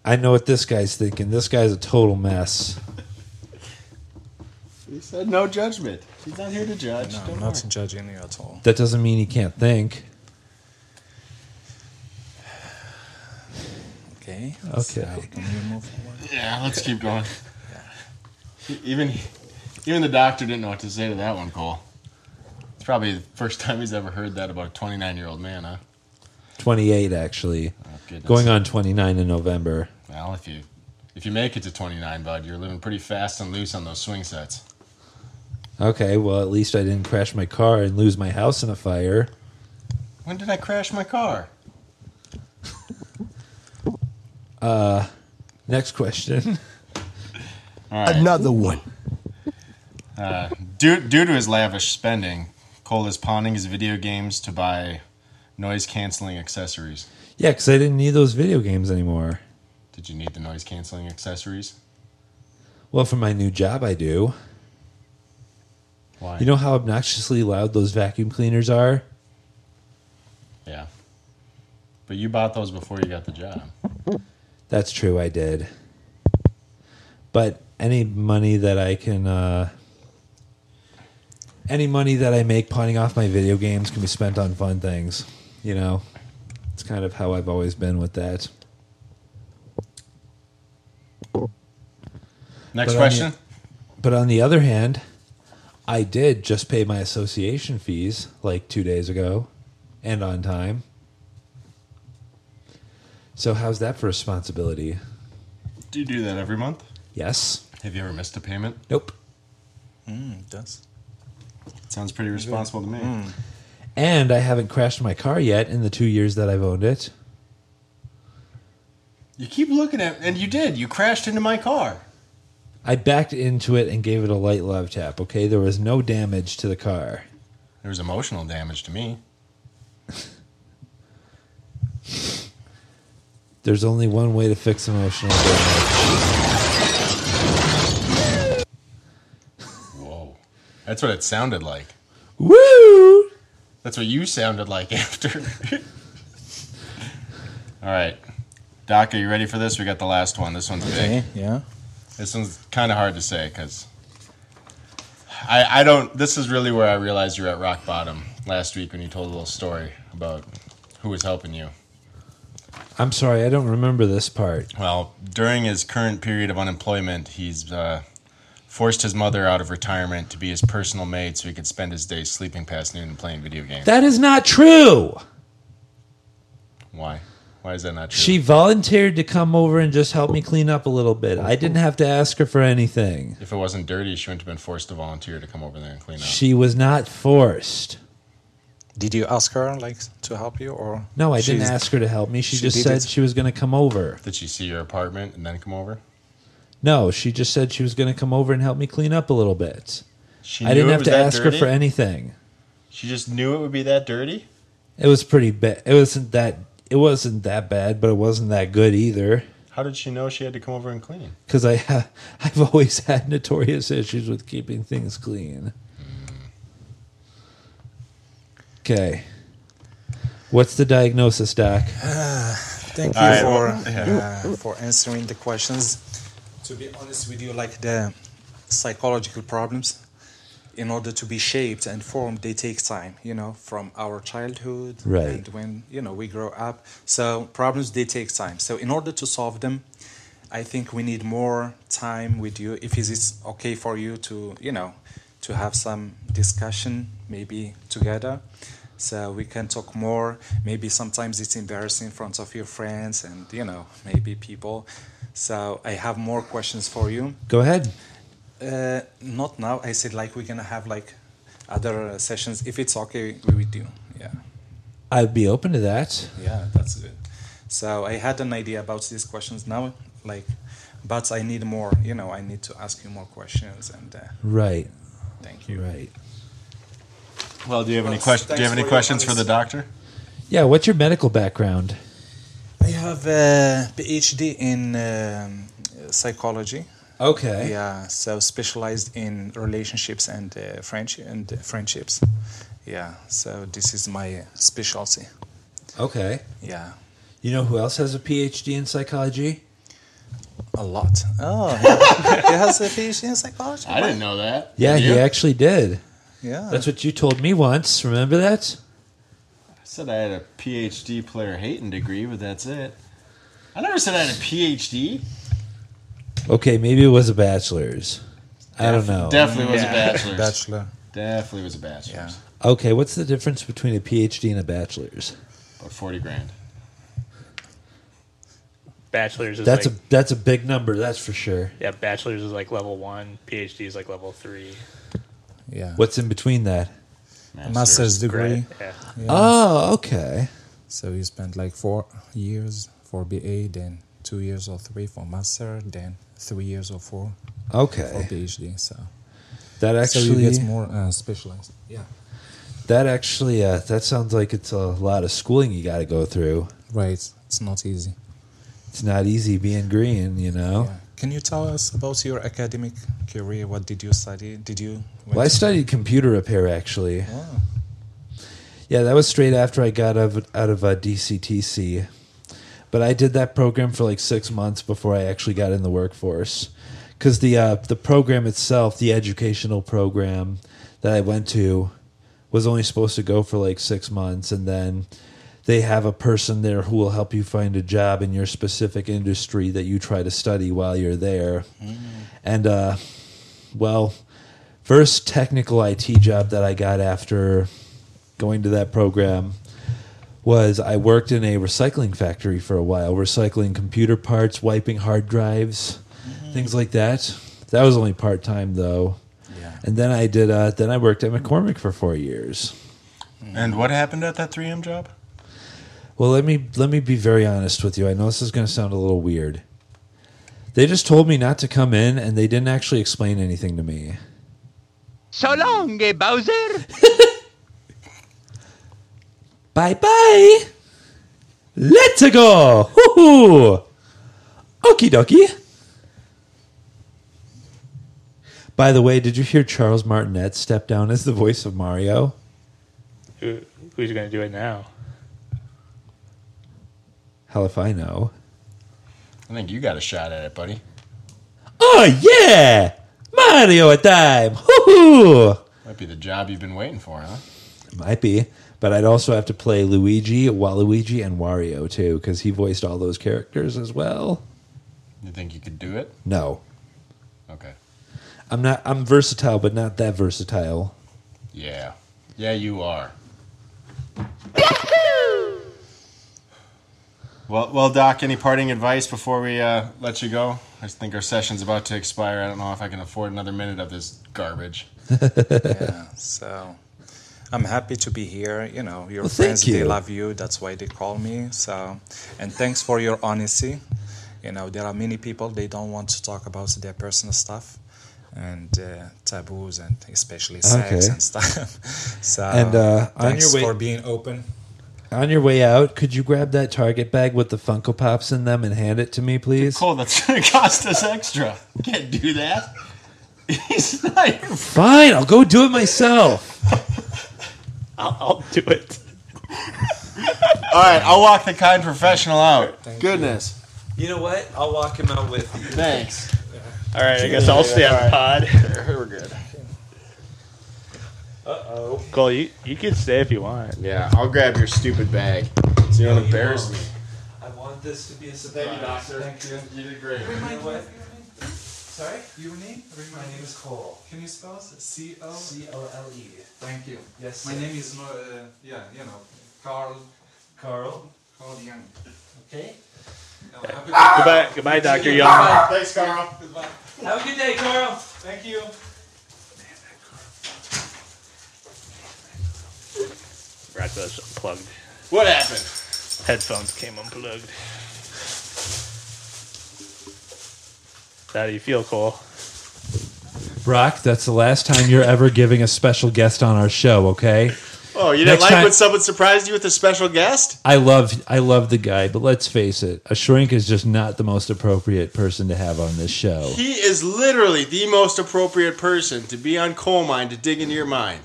Speaker 4: I know what this guy's thinking. This guy's a total mess.
Speaker 3: He said no judgment. He's not here to judge.
Speaker 5: No,
Speaker 3: Don't
Speaker 5: I'm not
Speaker 3: worry.
Speaker 5: judging you at all.
Speaker 4: That doesn't mean he can't think.
Speaker 5: Okay.
Speaker 4: Okay.
Speaker 5: So can we move forward?
Speaker 3: Yeah, let's keep going. E- Even even the doctor didn't know what to say to that one, Cole. It's probably the first time he's ever heard that about a 29 year old man, huh?
Speaker 4: Twenty-eight, actually,
Speaker 3: Oh, goodness.
Speaker 4: going on twenty-nine in November.
Speaker 3: Well, if you if you make it to 29, bud, you're living pretty fast and loose on those swing sets.
Speaker 4: Okay, well, at least I didn't crash my car and lose my house in a fire.
Speaker 3: When did I crash my car?
Speaker 4: Next question.
Speaker 3: All right.
Speaker 7: Another one.
Speaker 3: Due, due to his lavish spending, Cole is pawning his video games to buy noise canceling accessories.
Speaker 4: yeah, because I didn't need those video games anymore.
Speaker 3: Did you need the noise canceling accessories?
Speaker 4: Well, for my new job, I do.
Speaker 3: Why?
Speaker 4: You know how obnoxiously loud those vacuum cleaners are?
Speaker 3: yeah. But you bought those before you got the job.
Speaker 4: That's true, I did. But any money that I can, uh, any money that I make pawning off my video games can be spent on fun things. You know, it's kind of how I've always been with that.
Speaker 3: Next
Speaker 4: But I
Speaker 3: question.
Speaker 4: mean- But on the other hand, I did just pay my association fees like two days ago and on time. So, how's that for responsibility?
Speaker 3: do you do that every month?
Speaker 4: Yes.
Speaker 3: Have you ever missed a payment?
Speaker 4: Nope.
Speaker 5: Mm, that's
Speaker 3: Sounds pretty responsible to me.
Speaker 4: And I haven't crashed my car yet in the two years that I've owned it.
Speaker 3: You keep looking at, and you did. You crashed into my car.
Speaker 4: I backed into it and gave it a light love tap, okay? There was no damage to the car.
Speaker 3: There was emotional damage to me.
Speaker 4: There's only one way to fix emotional burnout.
Speaker 3: Whoa. That's what it sounded like.
Speaker 4: Woo!
Speaker 3: That's what you sounded like after. All right. Doc, are you ready for this? We got the last one. This one's big.
Speaker 5: Okay, Eh, yeah.
Speaker 3: This one's kind of hard to say because I, I don't. This is really where I realized you're at rock bottom last week when you told a little story about who was helping you.
Speaker 4: I'm sorry, I don't remember this part.
Speaker 3: Well, during his current period of unemployment, he's uh, forced his mother out of retirement to be his personal maid so he could spend his days sleeping past noon and playing video games.
Speaker 4: That is not true.
Speaker 3: Why? Why is that not true?
Speaker 4: She volunteered to come over and just help me clean up a little bit. I didn't have to ask her for anything.
Speaker 3: if it wasn't dirty, she wouldn't have been forced to volunteer to come over there and clean up.
Speaker 4: She was not forced.
Speaker 5: Did you ask her like to help you or?
Speaker 4: No, I didn't
Speaker 5: She's-
Speaker 4: ask her to help me. She,
Speaker 5: she
Speaker 4: just
Speaker 5: did
Speaker 4: said
Speaker 5: it.
Speaker 4: she was going to come over.
Speaker 3: Did she see your apartment and then come over?
Speaker 4: No, she just said she was going to come over and help me clean up a little bit.
Speaker 3: She
Speaker 4: I
Speaker 3: knew
Speaker 4: didn't
Speaker 3: it
Speaker 4: have
Speaker 3: was
Speaker 4: to
Speaker 3: that
Speaker 4: ask
Speaker 3: dirty?
Speaker 4: her for anything.
Speaker 3: She just knew it would be that dirty.
Speaker 4: It was pretty bad. It wasn't that. It wasn't that bad, but it wasn't that good either.
Speaker 3: How did she know she had to come over and clean?
Speaker 4: Because I, ha- I've always had notorious issues with keeping things clean. Okay. What's the diagnosis, Doc?
Speaker 5: Thank you
Speaker 3: All right,
Speaker 5: for
Speaker 3: well, yeah.
Speaker 5: uh, for answering the questions. To be honest with you, like the psychological problems, in order to be shaped and formed, they take time. You know, from our childhood
Speaker 4: Right.
Speaker 5: and when you know we grow up. So problems they take time. So in order to solve them, I think we need more time with you. If it is okay for you to you know to have some discussion maybe together so we can talk more. Maybe sometimes it's embarrassing in front of your friends and you know maybe people. So I have more questions for you.
Speaker 4: Go ahead.
Speaker 5: Uh, not now. I said like we're gonna have like other uh, sessions if it's okay we with you. Yeah,
Speaker 4: I'd be open to that.
Speaker 5: yeah, that's good. So I had an idea about these questions now, like, but I need more. You know, I need to ask you more questions and uh,
Speaker 4: Right.
Speaker 5: thank you.
Speaker 4: Right.
Speaker 3: Well, do you have any
Speaker 5: Well,
Speaker 3: questions? Do
Speaker 5: thanks
Speaker 3: you have any
Speaker 5: for your
Speaker 3: questions for the
Speaker 5: honesty.
Speaker 3: doctor?
Speaker 4: Yeah. What's your medical background?
Speaker 5: I have uh, a PhD in um, psychology.
Speaker 4: Okay.
Speaker 5: Yeah, so specialized in relationships and uh, French and uh, friendships. Yeah, so this is my uh, specialty.
Speaker 4: Okay.
Speaker 5: Yeah,
Speaker 4: You know who else has a PhD in psychology?
Speaker 5: a lot. Oh, yeah. he has a PhD in psychology.
Speaker 3: I didn't know that.
Speaker 4: Yeah,
Speaker 3: Did
Speaker 4: he
Speaker 3: you?
Speaker 4: actually did.
Speaker 5: Yeah,
Speaker 4: That's what you told me once. Remember that?
Speaker 3: I said I had a PhD player hating degree, but that's it. I never said I had a PhD.
Speaker 4: Okay, maybe it was a bachelor's. I don't know.
Speaker 3: Definitely was a bachelor's.
Speaker 5: bachelor.
Speaker 3: Definitely was a bachelor's.
Speaker 5: Yeah.
Speaker 4: okay, what's the difference between a PhD and a bachelor's?
Speaker 3: About forty grand.
Speaker 1: Bachelor's is
Speaker 4: That's
Speaker 1: like,
Speaker 4: a that's a big number, that's for sure.
Speaker 1: yeah, bachelor's is like level one, PhD is like level three.
Speaker 5: Yeah,
Speaker 4: What's in between that?
Speaker 5: master's degree.
Speaker 1: Grad, yeah.
Speaker 4: Oh, okay.
Speaker 5: So you spent like four years for BA, then two years or three for master, then three years or four for
Speaker 4: Okay.
Speaker 5: PhD. So
Speaker 4: That
Speaker 5: so
Speaker 4: Eh.
Speaker 5: you
Speaker 4: actually
Speaker 5: get more uh, specialized. Yeah,
Speaker 4: that actually uh, that sounds like it's a lot of schooling you got to go through.
Speaker 5: right. It's not easy.
Speaker 4: It's not easy being green, you know.
Speaker 5: Yeah. Can you tell us about your academic career? What did you study? Did you?
Speaker 4: Well, I studied computer repair actually. Yeah, that was straight after I got out of, out of uh, DCTC. But I did that program for like six months before I actually got in the workforce. Because the, uh, the program itself, the educational program that I went to, was only supposed to go for like six months. And then they have a person there who will help you find a job in your specific industry that you try to study while you're there. And, uh, well, first technical IT job that I got after going to that program was I worked in a recycling factory for a while, recycling computer parts, wiping hard drives,
Speaker 3: Mm-hmm.
Speaker 4: things like that. That was only part time though.
Speaker 5: Yeah.
Speaker 4: And then I did. Uh, then I worked at McCormick for four years.
Speaker 3: Mm. And what happened at that 3M job?
Speaker 4: Well, let me let me be very honest with you. I know this is going to sound a little weird. They just told me not to come in, and they didn't actually explain anything to me.
Speaker 8: So long, eh, Bowser!
Speaker 4: Bye bye. Let's go! Woohoo! Okie dokie. By the way, did you hear Charles Martinet step down as the voice of Mario?
Speaker 1: Who, who's going to do it now?
Speaker 4: Hell if I know.
Speaker 3: I think you got a shot at it, buddy.
Speaker 4: Oh yeah! Mario a time! Woohoo!
Speaker 3: Might be the job you've been waiting for, huh?
Speaker 4: Might be, but I'd also have to play Luigi, Waluigi, and Wario too, because he voiced all those characters as well.
Speaker 3: You think you could do it?
Speaker 4: No,
Speaker 3: Okay.
Speaker 4: I'm not. I'm versatile, but not that versatile.
Speaker 3: Yeah. Yeah, you are. well, well, Doc. Any parting advice before we uh, let you go? I think our session's about to expire. I don't know if I can afford another minute of this garbage.
Speaker 6: Yeah, so I'm happy to be here. You know, your
Speaker 4: Well, thank
Speaker 6: friends, they
Speaker 4: you.
Speaker 6: love you. That's why they call me. So, and thanks for your honesty. You know, there are many people, they don't want to talk about their personal stuff and uh, taboos and especially sex
Speaker 4: Okay.
Speaker 6: and stuff. so,
Speaker 4: And, uh, on
Speaker 6: thanks
Speaker 4: your way-
Speaker 6: for being open.
Speaker 4: On your way out, could you grab that Target bag with the Funko Pops in them and hand it to me, please?
Speaker 3: Cole, that's gonna Oh, cost us extra. Can't do that. He's not. Your,
Speaker 4: Fine, I'll go do it myself.
Speaker 1: I'll, I'll do it.
Speaker 3: all right, I'll walk the kind professional out. Goodness.
Speaker 4: You know what? I'll walk him out with you.
Speaker 3: Thanks.
Speaker 1: All right, I guess I'll stay on pod.
Speaker 3: We're good.
Speaker 1: Cole, you, you can stay if you want.
Speaker 3: Yeah, I'll grab your stupid bag. So you don't embarrass me.
Speaker 4: I want this to be a surprise.
Speaker 3: Thank you, doctor. You did great.
Speaker 5: Sorry, your name? My name is Cole. Can you spell it? C O C O L E. Thank you. Yes. My name is no, uh, yeah, you know, Carl. Carl. Carl Young. Okay.
Speaker 1: Goodbye, goodbye, Doctor Young.
Speaker 3: Thanks, Carl.
Speaker 5: Have a good day, Carl. Thank you.
Speaker 1: Rock was unplugged.
Speaker 3: What happened?
Speaker 1: Headphones came unplugged. How do you feel, Cole?
Speaker 4: Brock, that's the last time you're ever giving a special guest on our show, okay?
Speaker 3: Oh, you
Speaker 4: Next
Speaker 3: didn't like
Speaker 4: time-
Speaker 3: when someone surprised you with a special guest?
Speaker 4: I love I love the guy, but let's face it, a shrink is just not the most appropriate person to have on this show.
Speaker 3: He is literally the most appropriate person to be on coal mine to dig into your mind.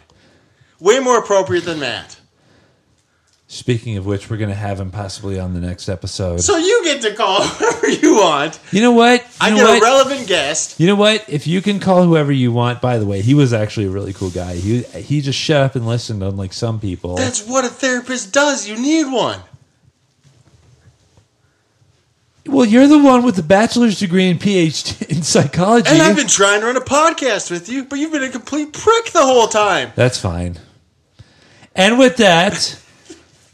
Speaker 3: Way more appropriate than Matt.
Speaker 4: Speaking of which, we're going to have him possibly on the next episode.
Speaker 3: So you get to call whoever you want.
Speaker 4: You know what? You
Speaker 3: I
Speaker 4: know
Speaker 3: get
Speaker 4: what?
Speaker 3: a relevant guest.
Speaker 4: You know what? If you can call whoever you want. By the way, he was actually a really cool guy. He he just shut up and listened, unlike some people.
Speaker 3: That's what a therapist does. You need one.
Speaker 4: well, you're the one with the bachelor's degree and PhD in psychology.
Speaker 3: And I've been trying to run a podcast with you, but you've been a complete prick the whole time.
Speaker 4: That's fine. And with that,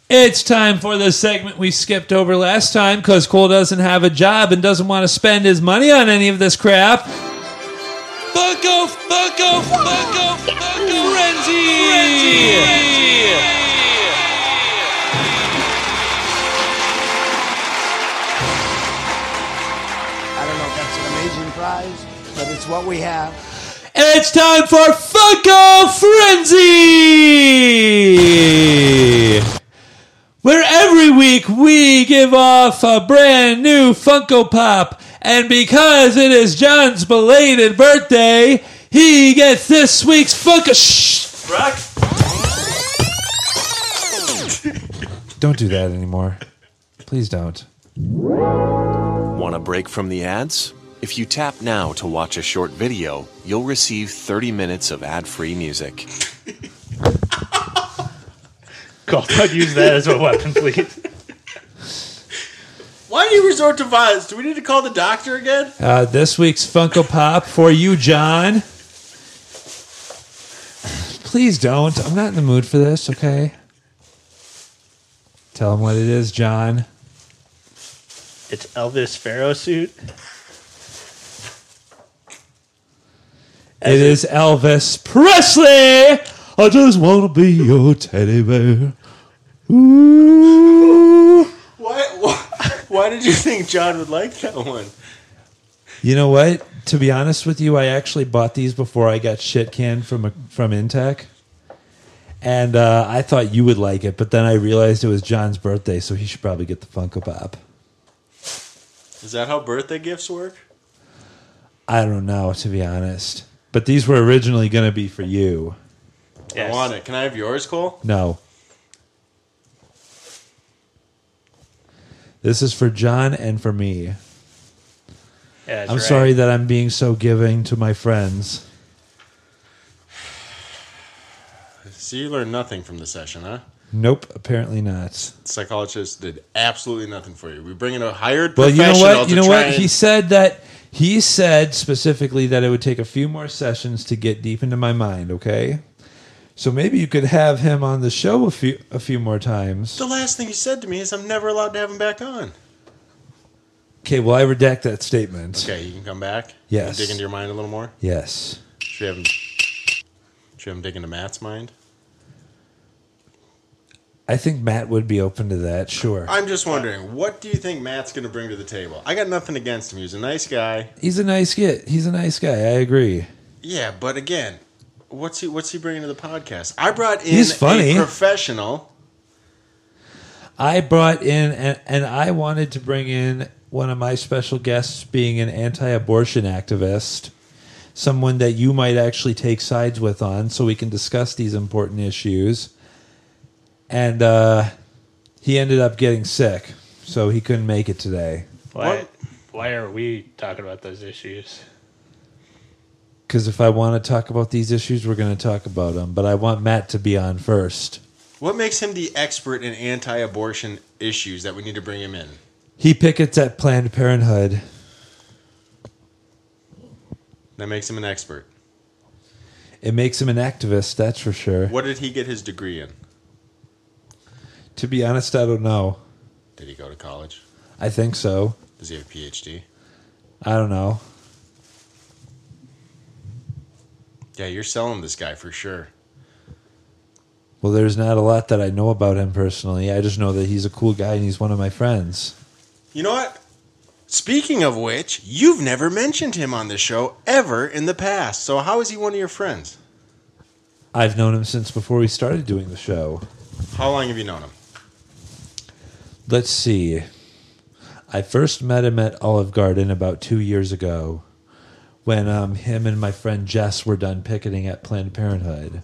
Speaker 4: it's time for the segment we skipped over last time because Cole doesn't have a job and doesn't want to spend his money on any of this crap. Funko, Funko, Funko, Funko, Renzi!
Speaker 9: I don't know if that's an amazing prize, but it's what we have.
Speaker 4: It's time for Funko Frenzy! Where every week we give off a brand new Funko Pop, and because it is John's belated birthday, he gets this week's Funko. Shh! Brock! Don't do that anymore. Please don't.
Speaker 10: Want a break from the ads? If you tap now to watch a short video, you'll receive 30 minutes of ad free music.
Speaker 1: Cole, don't use that as a weapon, please.
Speaker 3: Why do you resort to violence? Do we need to call the doctor again?
Speaker 4: Uh, this week's Funko Pop for you, John. Please don't. I'm not in the mood for this, okay? Tell him what it is, John.
Speaker 1: It's Elvis Pharaoh suit.
Speaker 4: It is Elvis Presley. I just want to be your teddy bear. Ooh.
Speaker 3: Why, why, why did you think John would like that one?
Speaker 4: You know what? To be honest with you, I actually bought these before I got shit canned from a, from Intech. And uh, I thought you would like it, but then I realized it was John's birthday, so he should probably get the Funko Pop.
Speaker 3: Is that how birthday gifts work?
Speaker 4: I don't know, to be honest. But these were originally going to be for you.
Speaker 3: I want it. Can I have yours, Cole?
Speaker 4: No. This is for John and for me.
Speaker 1: Yeah, that's
Speaker 4: I'm
Speaker 1: right.
Speaker 4: sorry that I'm being so giving to my friends.
Speaker 3: So you learned nothing from the session, huh?
Speaker 4: Nope, apparently not.
Speaker 3: Psychologist did absolutely nothing for you. We bring in a hired
Speaker 4: Well, you know
Speaker 3: professional
Speaker 4: what? You
Speaker 3: to
Speaker 4: know
Speaker 3: try
Speaker 4: what?
Speaker 3: and-
Speaker 4: He said that he said specifically that it would take a few more sessions to get deep into my mind. Okay, so maybe you could have him on the show a few a few more times.
Speaker 3: the last thing he said to me is, "I'm never allowed to have him back on."
Speaker 4: Okay, well I redact that statement.
Speaker 3: Okay, you can come back.
Speaker 4: Yes.
Speaker 3: Dig into your mind a little more.
Speaker 4: Yes.
Speaker 3: Should we have him? Should we have him dig into Matt's mind?
Speaker 4: I think Matt would be open to that. Sure.
Speaker 3: I'm just wondering, what do you think Matt's going to bring to the table? I got nothing against him. He's a nice guy.
Speaker 4: He's a nice kid. He's a nice guy. I agree.
Speaker 3: Yeah, but again, what's he what's he bringing to the podcast? I brought in
Speaker 4: He's funny.
Speaker 3: a professional.
Speaker 4: I brought in and, and I wanted to bring in one of my special guests being an anti-abortion activist, someone that you might actually take sides with on so we can discuss these important issues. And uh, he ended up getting sick, so he couldn't make it today
Speaker 1: Why, why are we talking about those issues?
Speaker 4: because if I want to talk about these issues, we're going to talk about them, but I want Matt to be on first.
Speaker 3: What makes him the expert in anti-abortion issues that we need to bring him in?
Speaker 4: He pickets at Planned Parenthood.
Speaker 3: That makes him an expert.
Speaker 4: It makes him an activist, that's for sure.
Speaker 3: What did he get his degree in?
Speaker 4: To be honest, I don't know.
Speaker 3: Did he go to college?
Speaker 4: I think so.
Speaker 3: Does he have a PhD?
Speaker 4: I don't know.
Speaker 3: Yeah, you're selling this guy for sure.
Speaker 4: Well, there's not a lot that I know about him personally. I just know that he's a cool guy and he's one of my friends.
Speaker 3: You know what? Speaking of which, you've never mentioned him on the show ever in the past. So how is he one of your friends?
Speaker 4: I've known him since before we started doing the show.
Speaker 3: How long have you known him?
Speaker 4: Let's see. I first met him at Olive Garden about two years ago when um, him and my friend Jess were done picketing at Planned Parenthood.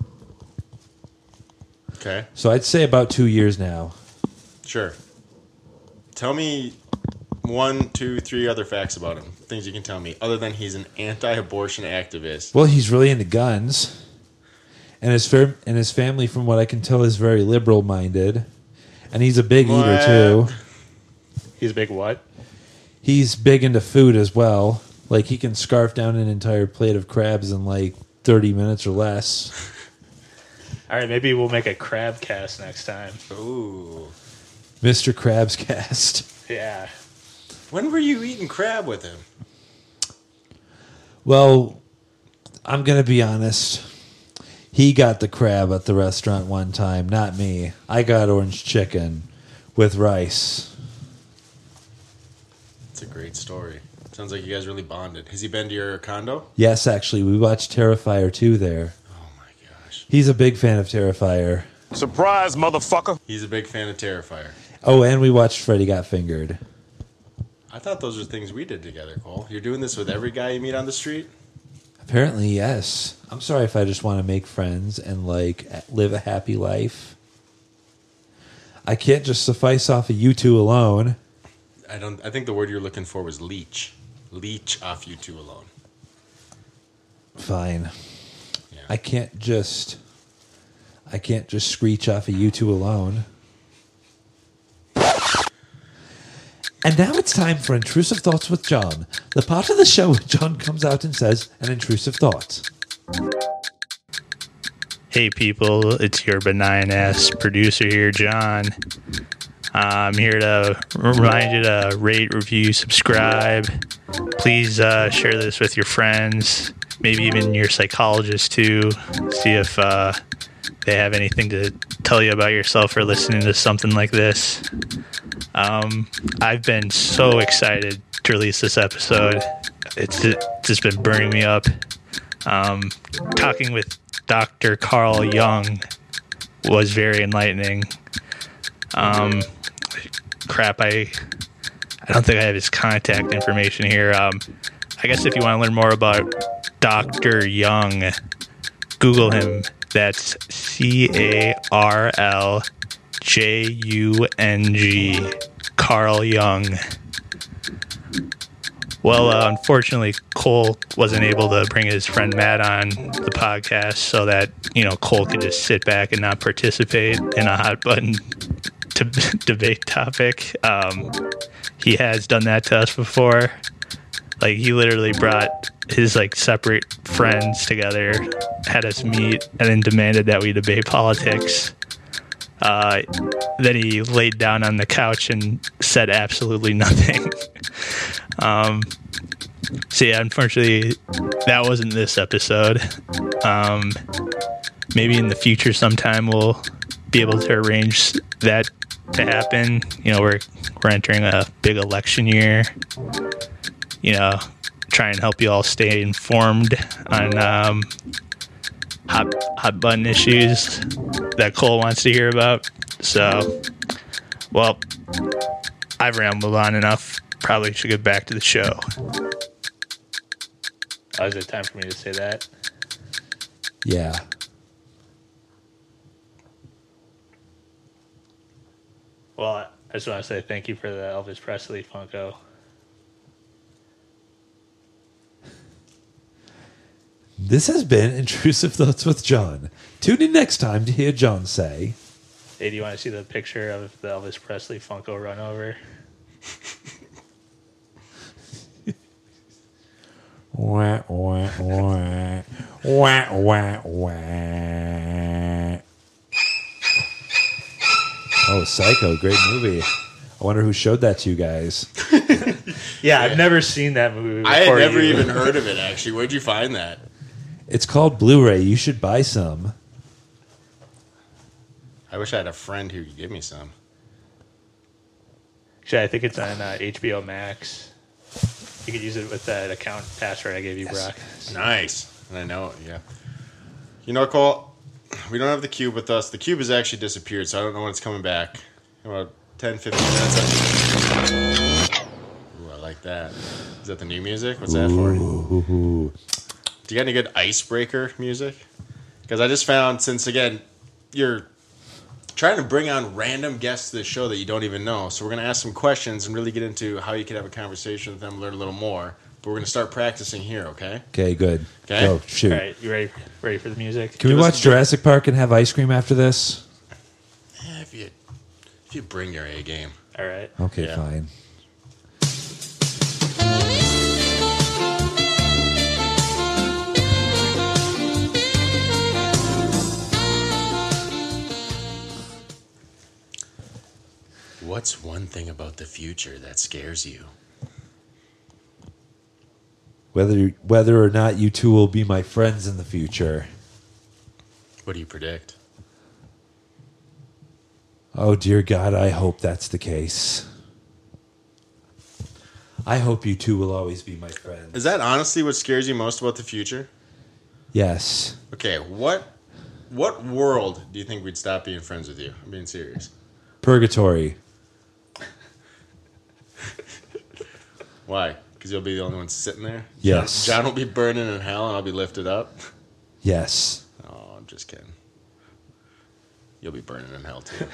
Speaker 3: Okay,
Speaker 4: So I'd say about two years now.
Speaker 3: sure. Tell me one, two, three other facts about him. Things you can tell me other than he's an anti-abortion activist.
Speaker 4: Well, he's really into guns, and his fam- and his family, from what I can tell, is very liberal minded, and he's a big
Speaker 3: What?
Speaker 4: eater too.
Speaker 1: He's a big what?
Speaker 4: He's big into food as well. Like he can scarf down an entire plate of crabs in like thirty minutes or less.
Speaker 1: All right, maybe we'll make a crab cast next time.
Speaker 3: Ooh.
Speaker 4: Mister Krabs Cast.
Speaker 1: Yeah.
Speaker 3: When were you eating crab with him?
Speaker 4: Well, I'm gonna be honest. He got the crab at the restaurant one time, not me. I got orange chicken with rice.
Speaker 3: It's a great story. Sounds like you guys really bonded. Has he been to your condo?
Speaker 4: Yes, actually, we watched Terrifier 2 there.
Speaker 3: Oh my gosh.
Speaker 4: He's a big fan of Terrifier.
Speaker 11: Surprise, motherfucker.
Speaker 3: He's a big fan of Terrifier.
Speaker 4: Oh, and we watched Freddy Got Fingered.
Speaker 3: I thought those were things we did together, Cole. You're doing this with every guy you meet on the street?
Speaker 4: Apparently, yes. I'm sorry if I just want to make friends and like live a happy life. I can't just suffice off of you two alone.
Speaker 3: I don't I think the word you're looking for was leech. Leech off you two alone.
Speaker 4: Fine.
Speaker 3: Yeah.
Speaker 4: I can't just I can't just screech off of you two alone. And now it's time for intrusive thoughts with John. The part of the show where John comes out and says an intrusive thought.
Speaker 1: Hey, people, it's your benign ass producer here, John. I'm here to remind you to rate, review, subscribe. Please uh, share this with your friends, maybe even your psychologist, too. See if uh, they have anything to tell you about yourself or listening to something like this. Um, I've been so excited to release this episode, it's, it's just been burning me up um, talking with Dr. Carl Young
Speaker 12: was very enlightening. Um, crap, I I don't think I have his contact information here. Um, I guess if you want to learn more about Doctor Young, Google him. That's C A R L J U N G, Carl Young. Well, uh, unfortunately, Cole wasn't able to bring his friend Matt on the podcast, so that you know Cole could just sit back and not participate in a hot button t- debate topic. Um, he has done that to us before. Like he literally brought his like separate friends together, had us meet, and then demanded that we debate politics. Uh, then he laid down on the couch and said absolutely nothing. um, so yeah, unfortunately, that wasn't this episode. Um, maybe in the future, sometime we'll be able to arrange that to happen. You know, we're we're entering a big election year. You know, try and help you all stay informed on um, hot hot button issues that Cole wants to hear about. So, well, I've rambled on enough. Probably should get back to the show. Oh, is it time for me to say that?
Speaker 4: Yeah.
Speaker 12: Well, I just want to say thank you for the Elvis Presley Funko.
Speaker 4: This has been Intrusive Thoughts with John. Tune in next time to hear John say,
Speaker 12: Hey, do you want to see the picture of the Elvis Presley Funko run over?
Speaker 4: wah, wah, wah, wah, wah, wah. Oh, Psycho, great movie. I wonder who showed that to you guys.
Speaker 12: Yeah, I've never seen that movie.
Speaker 3: I had
Speaker 12: before
Speaker 3: never
Speaker 12: you.
Speaker 3: even heard of it. Actually, where'd you find that?
Speaker 4: It's called Blu ray. You should buy some.
Speaker 3: I wish I had a friend who could give me some.
Speaker 12: Actually, I think it's on uh, HBO Max. You could use it with that account password I gave you, Brock.
Speaker 3: Nice. And I know it, yeah. You know, Cole, we don't have the cube with us. The cube has actually disappeared, so I don't know when it's coming back. In about 10, 15 minutes. Ooh, I like that. Is that the new music? What's that for?
Speaker 4: Ooh.
Speaker 3: Do you got any good icebreaker music? Because I just found, since again, you're trying to bring on random guests to the show that you don't even know. So we're going to ask some questions and really get into how you could have a conversation with them, learn a little more. But we're going to start practicing here, okay?
Speaker 4: Okay, good.
Speaker 3: Okay.
Speaker 4: Go, shoot.
Speaker 12: All right, you ready? Ready for the music?
Speaker 4: Can we watch Jurassic Park and have ice cream after this?
Speaker 3: Eh, if you if you bring your A game,
Speaker 12: All right.
Speaker 4: Okay,
Speaker 3: Yeah.
Speaker 4: fine.
Speaker 3: what's one thing about the future that scares you?
Speaker 4: Whether whether or not you two will be my friends in the future.
Speaker 3: What do you predict?
Speaker 4: Oh dear God, I hope that's the case. I hope you two will always be my friends.
Speaker 3: Is that honestly what scares you most about the future?
Speaker 4: Yes.
Speaker 3: Okay, what what world do you think we'd stop being friends with you? I'm being serious.
Speaker 4: Purgatory.
Speaker 3: Why? Because you'll be the only one sitting there.
Speaker 4: Yes.
Speaker 3: John will be burning in hell, and I'll be lifted up.
Speaker 4: Yes.
Speaker 3: Oh, I'm just kidding. You'll be burning in hell too.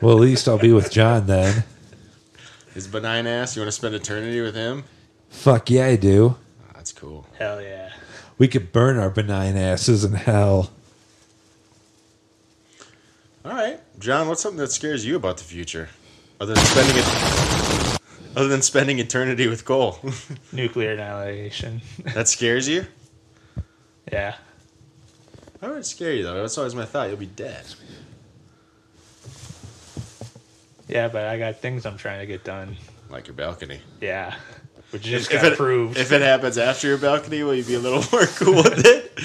Speaker 4: Well, at least I'll be with John then.
Speaker 3: His benign ass. You want to spend eternity with him?
Speaker 4: Fuck yeah, I do.
Speaker 3: Oh, that's cool.
Speaker 12: Hell yeah.
Speaker 4: We could burn our benign asses in hell.
Speaker 3: All right, John. What's something that scares you about the future, other than spending it, other than spending eternity with Cole?
Speaker 12: Nuclear annihilation.
Speaker 3: that scares you?
Speaker 12: Yeah.
Speaker 3: Why would it scare you though? That's always my thought. You'll be dead.
Speaker 12: Yeah, but I got things I'm trying to get done.
Speaker 3: Like your balcony.
Speaker 12: Yeah. Which just
Speaker 3: if
Speaker 12: got
Speaker 3: it,
Speaker 12: approved.
Speaker 3: if it happens after your balcony, will you be a little more cool with it?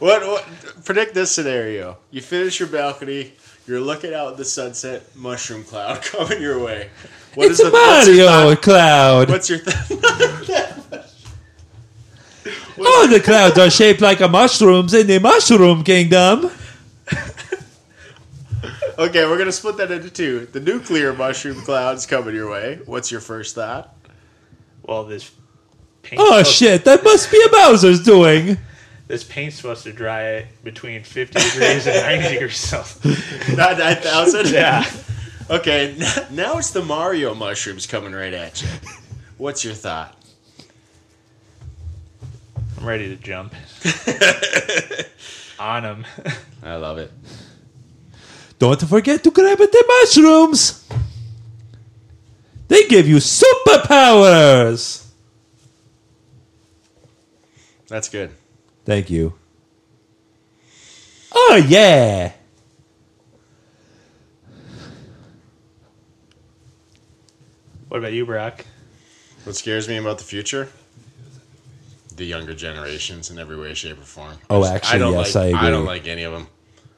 Speaker 3: What, what? Predict this scenario. You finish your balcony. You're looking out at the sunset. Mushroom cloud coming your way. What is
Speaker 4: It's a
Speaker 3: what's your
Speaker 4: Mario
Speaker 3: thought-
Speaker 4: cloud.
Speaker 3: What's your thought?
Speaker 4: Oh, the clouds are shaped like a mushrooms in the mushroom kingdom.
Speaker 3: Okay, we're gonna split that into two. The nuclear mushroom cloud's coming your way. What's your first thought?
Speaker 1: Well, this paint
Speaker 4: Oh shit! That must be a Bowser's doing.
Speaker 1: this paint's supposed to dry between 50 degrees and 90 degrees Celsius.
Speaker 3: Not nine thousand.
Speaker 1: Yeah.
Speaker 3: Okay, n- now it's the Mario mushrooms coming right at you. What's your thought?
Speaker 1: I'm ready to jump. On him.
Speaker 3: I love it.
Speaker 4: Don't forget to grab the mushrooms. They give you superpowers.
Speaker 3: That's good.
Speaker 4: Thank you. Oh yeah.
Speaker 1: What about you, Brock?
Speaker 3: What scares me about the future? The younger generations in every way, shape, or form.
Speaker 4: Oh,
Speaker 3: Just-
Speaker 4: actually, yes,
Speaker 3: like,
Speaker 4: I
Speaker 3: don't
Speaker 4: agree.
Speaker 3: like any of them.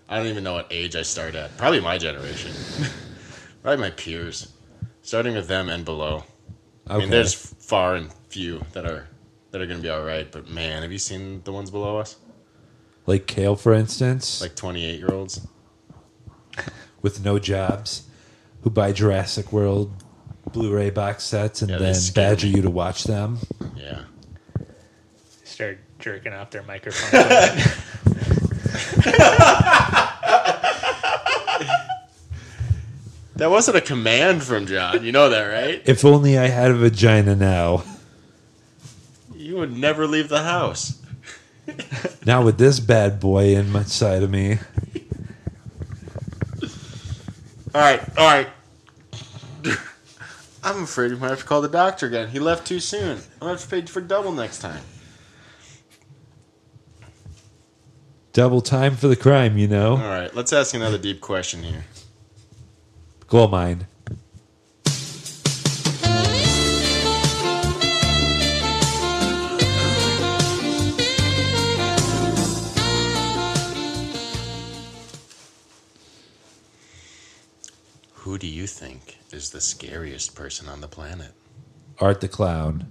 Speaker 3: I don't even know what age I start at. Probably my generation. Probably my peers. Starting with them and below. I mean,
Speaker 4: Okay.
Speaker 3: there's far and few that are that are going to be all right. But man, have you seen the ones below us?
Speaker 4: Like Kale, for instance,
Speaker 3: Like 28 year olds.
Speaker 4: with no jobs, who buy Jurassic World Blu-ray box sets and
Speaker 3: Yeah, they
Speaker 4: then
Speaker 3: scare
Speaker 4: badger
Speaker 3: me.
Speaker 4: you to watch them.
Speaker 3: Yeah.
Speaker 1: Start jerking off their microphone.
Speaker 3: That wasn't a command from John. You know that, right?
Speaker 4: If only I had a vagina now.
Speaker 3: You would never leave the house.
Speaker 4: Now with this bad boy in my side of me.
Speaker 3: All right, all right. I'm afraid we might have to call the doctor again. He left too soon. I'm gonna have to pay for double next time.
Speaker 4: Double time for the crime, you
Speaker 3: All
Speaker 4: know.
Speaker 3: right, let's ask another deep question here.
Speaker 4: Gold mine.
Speaker 3: Who do you think is the scariest person on the planet?
Speaker 4: Art the clown.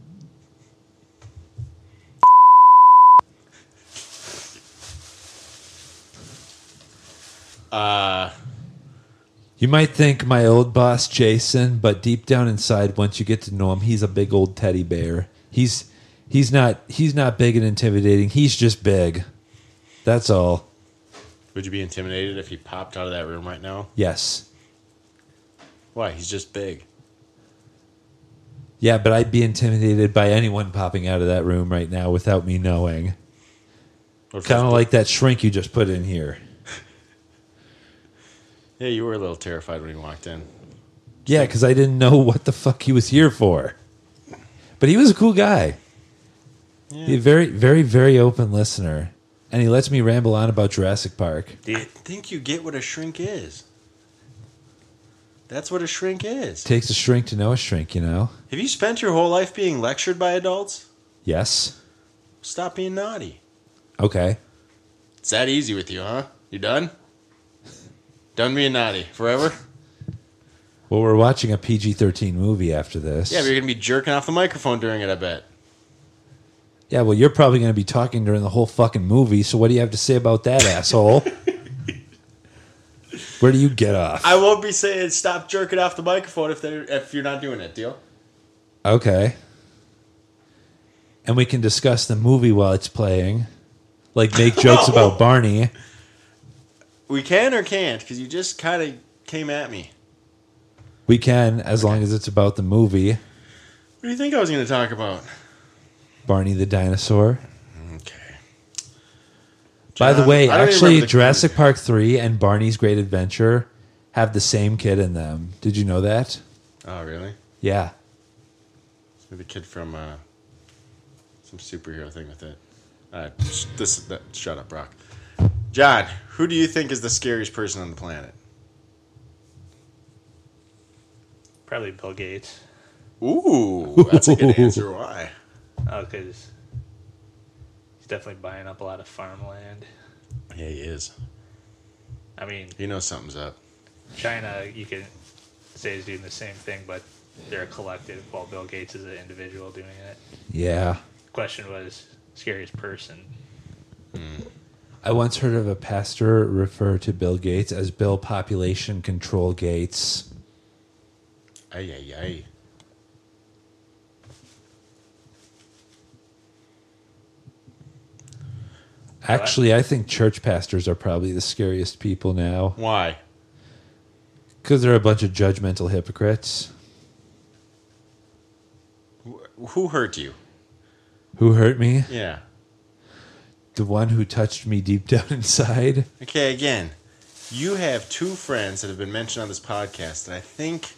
Speaker 3: Uh,
Speaker 4: You might think my old boss Jason, but deep down inside, once you get to know him, he's a big old teddy bear. He's he's not he's not big and intimidating. He's just big. That's all.
Speaker 3: would you be intimidated if he popped out of that room right now?
Speaker 4: Yes.
Speaker 3: Why? He's just big.
Speaker 4: Yeah, but I'd be intimidated by anyone popping out of that room right now without me knowing.
Speaker 3: What if
Speaker 4: Kind
Speaker 3: he's-
Speaker 4: of like that shrink you just put in here.
Speaker 3: Yeah, you were a little terrified when he walked in.
Speaker 4: Yeah, because I didn't know what the fuck he was here for. But he was a cool guy. He- very, very, very open listener. And he lets me ramble on about Jurassic Park.
Speaker 3: I think you get what a shrink is. That's what a shrink is.
Speaker 4: Takes a shrink to know a shrink, you know?
Speaker 3: Have you spent your whole life being lectured by adults?
Speaker 4: Yes.
Speaker 3: Stop being naughty.
Speaker 4: Okay.
Speaker 3: It's that easy with you, huh? You done? Done being naughty forever?
Speaker 4: Well, we're watching a PG 13 movie after this.
Speaker 3: Yeah, but you're gonna be jerking off the microphone during it. I bet.
Speaker 4: Yeah, well, you're probably going to be talking during the whole fucking movie, so what do you have to say about that, asshole? Where do you get off?
Speaker 3: I won't be saying stop jerking off the microphone if they if you're not doing it. Deal.
Speaker 4: Okay. And we can discuss the movie while it's playing. Like make jokes about Barney.
Speaker 3: We can or can't because you just kind of came at me.
Speaker 4: We can, as long as it's about the movie.
Speaker 3: What do you think I was gonna talk about?
Speaker 4: Barney the dinosaur.
Speaker 3: Okay.
Speaker 4: By the
Speaker 3: John,
Speaker 4: way,
Speaker 3: I don't even
Speaker 4: actually,
Speaker 3: remember the-
Speaker 4: Jurassic Park 3 and Barney's Great Adventure have the same kid in them. Did you know that?
Speaker 3: Oh really?
Speaker 4: Yeah.
Speaker 3: It's The kid from uh, some superhero thing with it. Uh, sh- this that, shut up, Brock. John, who do you think is the scariest person on the planet?
Speaker 1: Probably Bill Gates.
Speaker 3: Ooh, that's a good answer. Why?
Speaker 1: Oh, because he's definitely buying up a lot of farmland.
Speaker 3: Yeah, he is.
Speaker 1: I mean,
Speaker 3: He knows something's up.
Speaker 1: China, you can say is doing the same thing, but they're a collective, while Bill Gates is an individual doing it.
Speaker 4: Yeah.
Speaker 1: Question was scariest person.
Speaker 4: I once heard of a pastor refer to Bill Gates as Bill Population Control Gates.
Speaker 3: Ay, ay, ay.
Speaker 4: Actually, I think church pastors are probably the scariest people now
Speaker 3: Why?
Speaker 4: because they're a bunch of judgmental hypocrites
Speaker 3: Wh- Who hurt you?
Speaker 4: who hurt me.
Speaker 3: Yeah.
Speaker 4: The one who touched me deep down inside.
Speaker 3: Okay, again, you have two friends that have been mentioned on this podcast that I think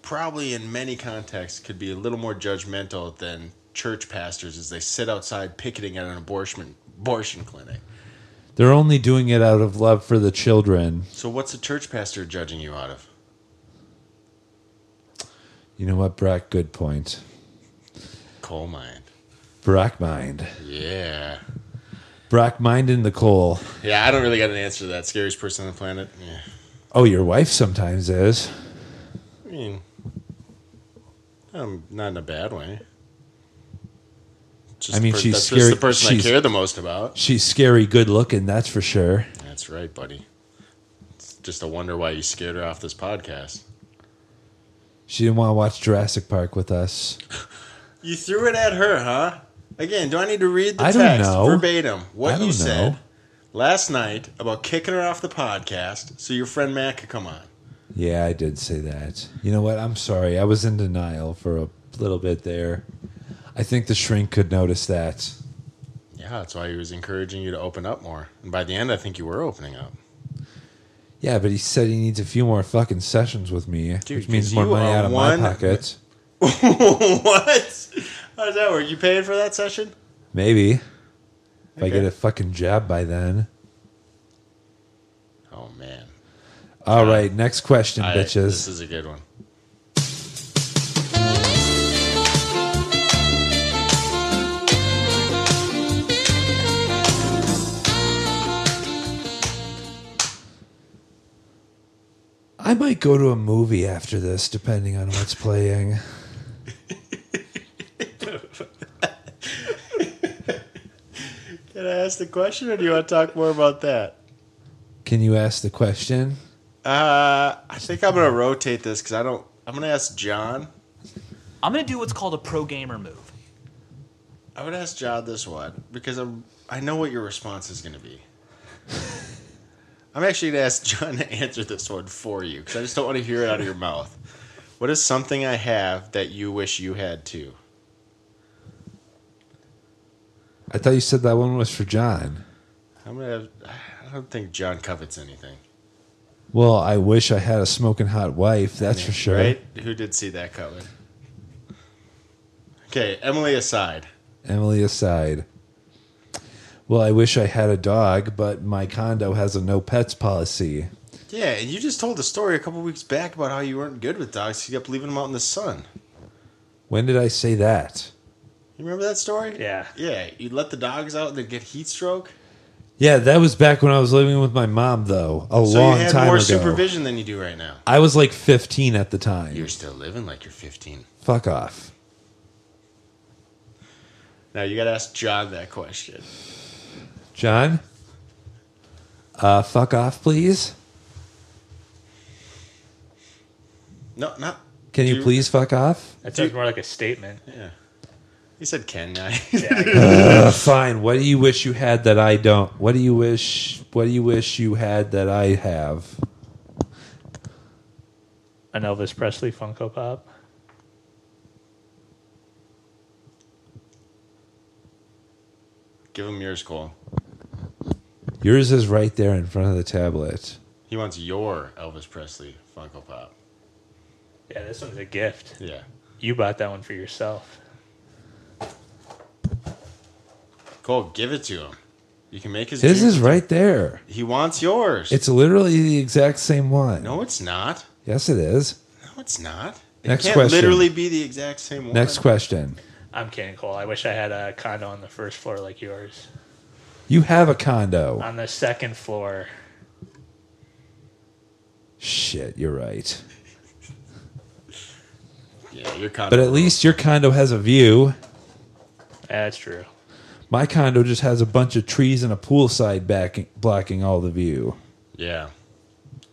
Speaker 3: probably in many contexts could be a little more judgmental than church pastors as they sit outside picketing at an abortion abortion clinic.
Speaker 4: They're only doing it out of love for the children.
Speaker 3: So what's a church pastor judging you out of?
Speaker 4: You know what, Brock? Good point.
Speaker 3: Coal mine.
Speaker 4: Brock mind.
Speaker 3: Yeah.
Speaker 4: Brock mind in the coal.
Speaker 3: Yeah, I don't really got an answer to that. Scariest person on the planet. Yeah.
Speaker 4: Oh, your wife sometimes is.
Speaker 3: I mean, um, not in a bad way. Just
Speaker 4: I mean,
Speaker 3: the
Speaker 4: she's
Speaker 3: that's
Speaker 4: scary-
Speaker 3: Just the person
Speaker 4: she's-
Speaker 3: I care the most about.
Speaker 4: She's scary good looking, that's for sure.
Speaker 3: That's right, buddy. It's just a wonder why you scared her off this podcast.
Speaker 4: She didn't want to watch Jurassic Park with us.
Speaker 3: You threw it at her, huh? Again, do I need to read the
Speaker 4: I don't
Speaker 3: text
Speaker 4: know.
Speaker 3: verbatim
Speaker 4: I
Speaker 3: what
Speaker 4: don't
Speaker 3: you said
Speaker 4: know.
Speaker 3: last night about kicking her off the podcast so your friend Matt could come on?
Speaker 4: Yeah, I did say that. You know what? I'm sorry. I was in denial for a little bit there. I think the shrink could notice that.
Speaker 3: Yeah, that's why he was encouraging you to open up more. And by the end, I think you were opening up.
Speaker 4: Yeah, but he said he needs a few more fucking sessions with me,
Speaker 3: Dude,
Speaker 4: which means
Speaker 3: 'cause
Speaker 4: more
Speaker 3: you
Speaker 4: money
Speaker 3: are
Speaker 4: out of
Speaker 3: one-
Speaker 4: my pocket.
Speaker 3: what? How does that work? You paid for that session?
Speaker 4: Maybe. If I
Speaker 3: Okay.
Speaker 4: get a fucking job by then.
Speaker 3: Oh, man.
Speaker 4: All right, next question,
Speaker 3: Uh, I-
Speaker 4: bitches.
Speaker 3: This is a good one.
Speaker 4: I might go to a movie after this, depending on what's playing.
Speaker 3: Can I ask the question, or do you want to talk more about that?
Speaker 4: Can you ask the question?
Speaker 3: Uh, I think I'm gonna rotate this because I don't. I'm gonna ask John.
Speaker 13: I'm gonna do what's called a pro gamer move.
Speaker 3: I'm gonna ask John this one because I'm. I know what your response is gonna be. I'm actually gonna ask John to answer this one for you because I just don't want to hear it out of your mouth. What is something I have that you wish you had too?
Speaker 4: I thought you said that one was for John.
Speaker 3: I'm gonna. I don't think John covets anything.
Speaker 4: Well, I wish I had a smoking hot wife, that's for sure.
Speaker 3: Right? Who did see that coming? Okay, Emily aside.
Speaker 4: Emily aside. Well, I wish I had a dog, but my condo has a no pets policy.
Speaker 3: Yeah, and you just told a story a couple weeks back about how you weren't good with dogs. You kept leaving them out in the sun.
Speaker 4: When did I say that?
Speaker 3: You remember that story? Yeah. Yeah, you let the dogs out and they get heat stroke.
Speaker 4: Yeah, that was back when I was living with my mom, though. A
Speaker 3: so
Speaker 4: long
Speaker 3: you had
Speaker 4: time
Speaker 3: more
Speaker 4: ago.
Speaker 3: supervision than you do right now.
Speaker 4: I was like 15 at the time.
Speaker 3: You're still living like you're 15.
Speaker 4: Fuck off.
Speaker 3: Now you got to ask John that question.
Speaker 4: John? Uh, fuck off, please.
Speaker 3: No, not.
Speaker 4: Can you
Speaker 3: Do-
Speaker 4: please fuck off?
Speaker 1: That sounds more like a statement.
Speaker 3: Yeah. He said, "Can I?"
Speaker 4: Uh, fine. What do you wish you had that I don't? What do you wish? What do you wish you had that I have?
Speaker 1: An Elvis Presley Funko Pop.
Speaker 3: Give him yours, Cole.
Speaker 4: Yours is right there in front of the tablet.
Speaker 3: He wants your Elvis Presley Funko Pop.
Speaker 1: Yeah, this one's a gift.
Speaker 3: Yeah.
Speaker 1: You bought that one for yourself.
Speaker 3: Cole, give it to him. You can make his.
Speaker 4: His
Speaker 3: dream-
Speaker 4: is right there.
Speaker 3: He wants yours.
Speaker 4: It's literally the exact same one.
Speaker 3: no, it's not.
Speaker 4: Yes, it is.
Speaker 3: No, it's not.
Speaker 4: Next
Speaker 3: it can't
Speaker 4: question.
Speaker 3: literally be the exact same one.
Speaker 4: Next question.
Speaker 1: I'm kidding, Cole. I wish I had a condo on the first floor like yours.
Speaker 4: You have a condo.
Speaker 1: On the second floor,
Speaker 4: Shit, you're right.
Speaker 3: Yeah, your condo.
Speaker 4: But at least your condo has a view.
Speaker 1: that's true.
Speaker 4: My condo just has a bunch of trees and a poolside backing, blocking all the view.
Speaker 3: Yeah.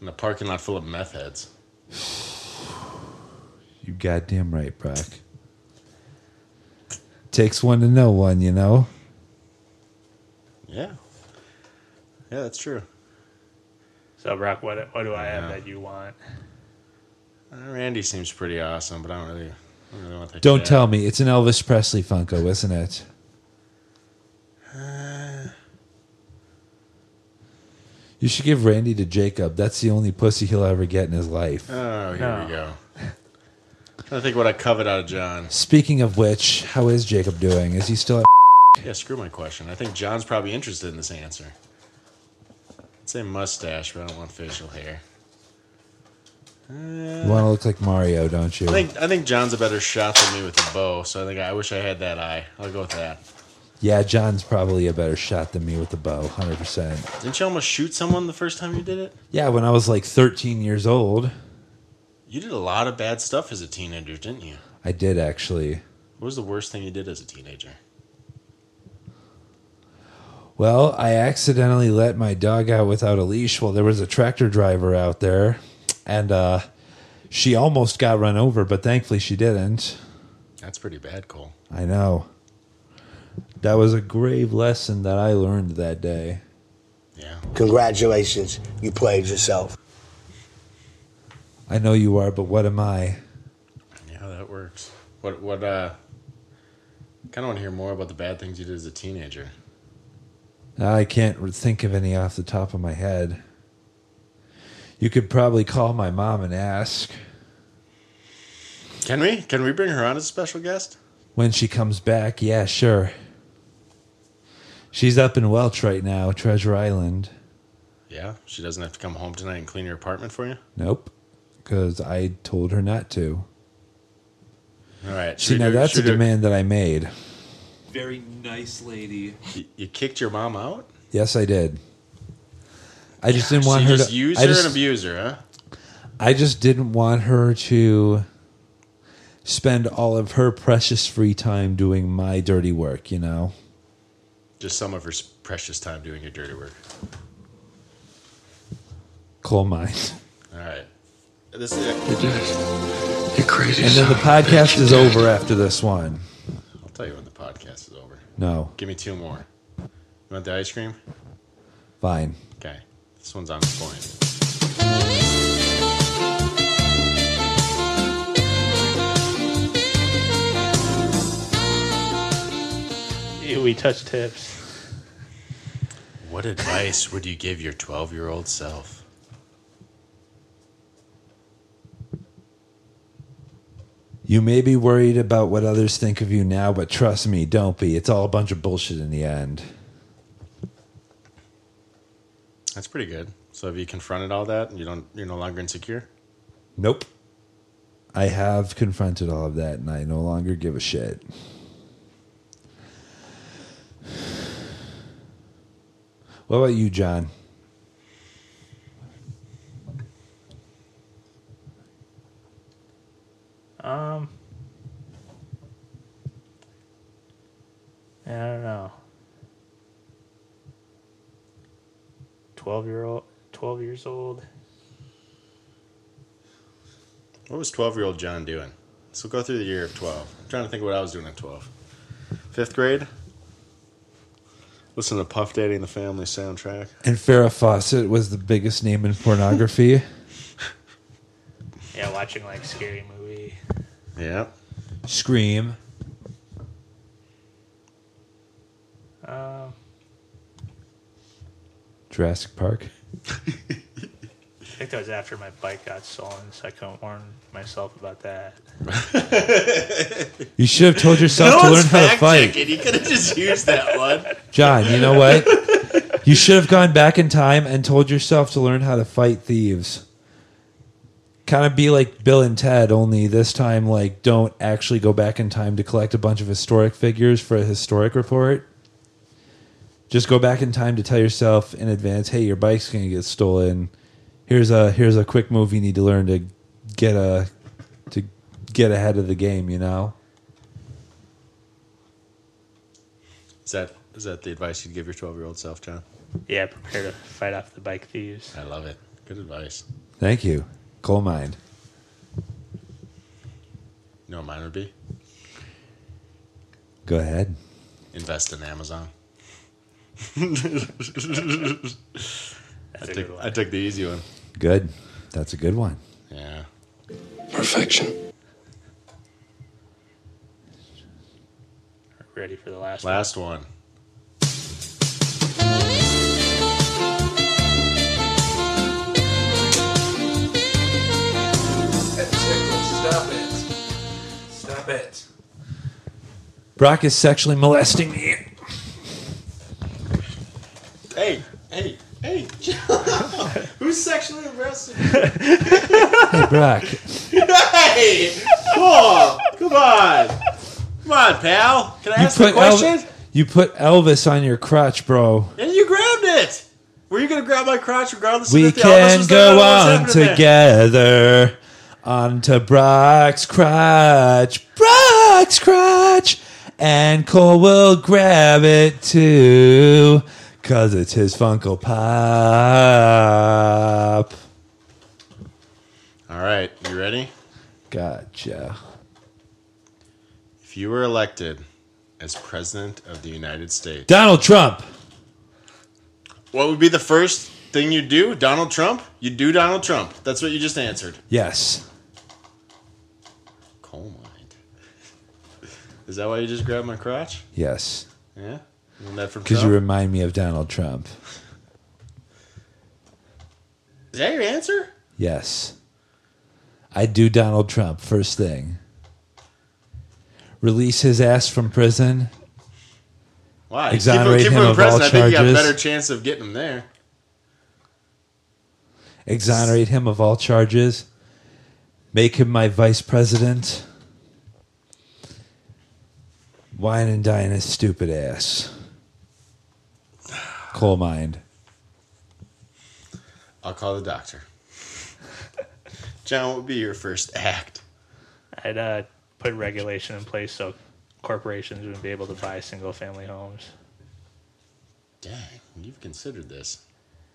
Speaker 3: In a parking lot full of meth heads.
Speaker 4: You goddamn right, Brock. Takes one to know one, you know?
Speaker 3: Yeah. Yeah, that's true.
Speaker 1: So, Brock, what, what do I have that you want?
Speaker 3: Uh, Randy seems pretty awesome, but I don't really, I don't really want that.
Speaker 4: Don't
Speaker 3: cat.
Speaker 4: tell me. It's an Elvis Presley Funko, isn't it? You should give Randy to Jacob. That's the only pussy he'll ever get in his life.
Speaker 3: Oh, here
Speaker 4: No.
Speaker 3: we go. trying to think what I covet out of John.
Speaker 4: Speaking of which, how is Jacob doing? Is he still at
Speaker 3: Yeah, screw my question. I think John's probably interested in this answer. I'd say mustache, but I don't want facial hair.
Speaker 4: You want to look like Mario, don't you?
Speaker 3: I think I think John's a better shot than me with a bow, so I think I wish I had that eye. I'll go with that.
Speaker 4: yeah, John's probably a better shot than me with the bow, 100%.
Speaker 3: Didn't you almost shoot someone the first time you did it?
Speaker 4: Yeah, when I was like 13 years old,
Speaker 3: You did a lot of bad stuff as a teenager, didn't you?
Speaker 4: I did actually.
Speaker 3: What was the worst thing you did as a teenager?
Speaker 4: Well, I accidentally let my dog out without a leash while there was a tractor driver out there, and uh, she almost got run over, but thankfully she didn't.
Speaker 3: That's pretty bad, Cole.
Speaker 4: I know. That was a grave lesson that I learned that day.
Speaker 9: Congratulations, you played yourself.
Speaker 4: I know you are, but what am I?
Speaker 3: Yeah, that works. What what uh kind of want to hear more about the bad things you did as a teenager.
Speaker 4: I can't re- think of any off the top of my head. You could probably call my mom and ask
Speaker 3: Can we? Can we bring her on as a special guest?
Speaker 4: when she comes back. Yeah, sure. She's up in Welch right now, Treasure Island.
Speaker 3: Yeah, she doesn't have to come home tonight and clean your apartment for you.
Speaker 4: Nope, because I told her not to.
Speaker 3: All right. should
Speaker 4: See,
Speaker 3: we
Speaker 4: now
Speaker 3: do-
Speaker 4: that's a
Speaker 3: should we do-
Speaker 4: demand that I made.
Speaker 13: Very nice lady.
Speaker 3: You, you kicked your mom out.
Speaker 4: Yes, I did. I just didn't
Speaker 3: So
Speaker 4: want
Speaker 3: you
Speaker 4: her
Speaker 3: just
Speaker 4: to.
Speaker 3: use
Speaker 4: I
Speaker 3: her
Speaker 4: just,
Speaker 3: and abuse her, huh?
Speaker 4: I just didn't want her to spend all of her precious free time doing my dirty work, you know?
Speaker 3: Just some of her s- precious time doing your dirty work.
Speaker 4: Coal mines.
Speaker 3: All right. This is it.
Speaker 4: You're crazy. And then the podcast is over after this one.
Speaker 3: I'll tell you when the podcast is over.
Speaker 4: No.
Speaker 3: Give me two more. You want the ice cream?
Speaker 4: Fine.
Speaker 3: Okay. This one's on point.
Speaker 1: Ew, we touched tips.
Speaker 3: What advice would you give your 12 year old self?
Speaker 4: You may be worried about what others think of you now, but trust me, don't be. It's all a bunch of bullshit in the end.
Speaker 3: That's pretty good. So have you confronted all that and you don't you're no longer insecure?
Speaker 4: Nope. I have confronted all of that and I no longer give a shit. What about you, John?
Speaker 1: Um, I don't know. Twelve year old, twelve years old.
Speaker 3: What was 12 year old John doing? So go through the year of 12. I'm trying to think what I was doing at 12. Fifth grade? Listen to Puff Daddy and the Family soundtrack.
Speaker 4: And Farrah Fawcett was the biggest name in pornography.
Speaker 1: Yeah, watching like scary movie.
Speaker 3: Yeah.
Speaker 4: Scream.
Speaker 1: Um,
Speaker 4: Jurassic Park.
Speaker 1: I think that was after my bike got stolen, so I couldn't warn myself about that.
Speaker 4: You should have told yourself
Speaker 3: No
Speaker 4: to
Speaker 3: one's
Speaker 4: learn how to
Speaker 3: fact
Speaker 4: fight.
Speaker 3: checking. You could have just used that one.
Speaker 4: John, you know what? you should have gone back in time and told yourself to learn how to fight thieves. Kind of be like Bill and Ted, only this time, like, don't actually go back in time to collect a bunch of historic figures for a historic report. Just go back in time to tell yourself in advance, hey, your bike's going to get stolen. Here's a here's a quick move you need to learn to get a to get ahead of the game, you know?
Speaker 3: Is that Is that the advice you'd give your 12 year old self, John?
Speaker 1: Yeah, prepare to fight off the bike thieves.
Speaker 3: I love it. Good advice.
Speaker 4: Thank you. Coal mine.
Speaker 3: You know what mine would be?
Speaker 4: Go ahead.
Speaker 3: Invest in Amazon. I,
Speaker 1: a
Speaker 3: took,
Speaker 1: good
Speaker 3: I took the easy one.
Speaker 4: Good. That's a good one.
Speaker 3: Yeah.
Speaker 1: Perfection. Ready for the last
Speaker 3: Last one.
Speaker 5: Stop it. Stop it.
Speaker 4: Brock is sexually molesting me.
Speaker 3: Hey, hey, hey. Who's sexually aggressive?
Speaker 4: Hey, Brock.
Speaker 3: hey! Paul, come on. Come on, pal. Can I ask a
Speaker 4: Elv-
Speaker 3: question?
Speaker 4: you put Elvis on your crotch, bro.
Speaker 3: and you grabbed it. Were you going to grab my crotch regardless
Speaker 4: we
Speaker 3: of if the Elvis
Speaker 4: can
Speaker 3: was there or
Speaker 4: go
Speaker 3: what was
Speaker 4: on
Speaker 3: happening there?
Speaker 4: together. Onto Brock's crotch. Brock's crotch. And Cole will grab it too. Cause it's his Funko Pop.
Speaker 3: All right, you ready?
Speaker 4: Gotcha.
Speaker 3: If you were elected as president of the United States,
Speaker 4: Donald Trump.
Speaker 3: what would be the first thing you do? Donald Trump? You do Donald Trump. That's what you just answered.
Speaker 4: Yes.
Speaker 3: Coal mind. Is that why you just grabbed my crotch?
Speaker 4: Yes.
Speaker 3: Yeah. You want that from
Speaker 4: Because
Speaker 3: Trump?
Speaker 4: you remind me of Donald Trump.
Speaker 3: Is that your answer?
Speaker 4: Yes. I do Donald Trump first thing. Release his ass from prison.
Speaker 3: Why?
Speaker 4: Exonerate
Speaker 3: keep him, keep
Speaker 4: him
Speaker 3: in
Speaker 4: of
Speaker 3: prison.
Speaker 4: all
Speaker 3: I think you have a
Speaker 4: charges.
Speaker 3: better chance of getting him there.
Speaker 4: Exonerate him of all charges. Make him my vice president. Wine and dine his stupid ass. Coal mind.
Speaker 3: I'll call the doctor. John, what would be your first act?
Speaker 1: I'd uh, put regulation in place so corporations wouldn't be able to buy single family homes.
Speaker 3: Dang, you've considered this.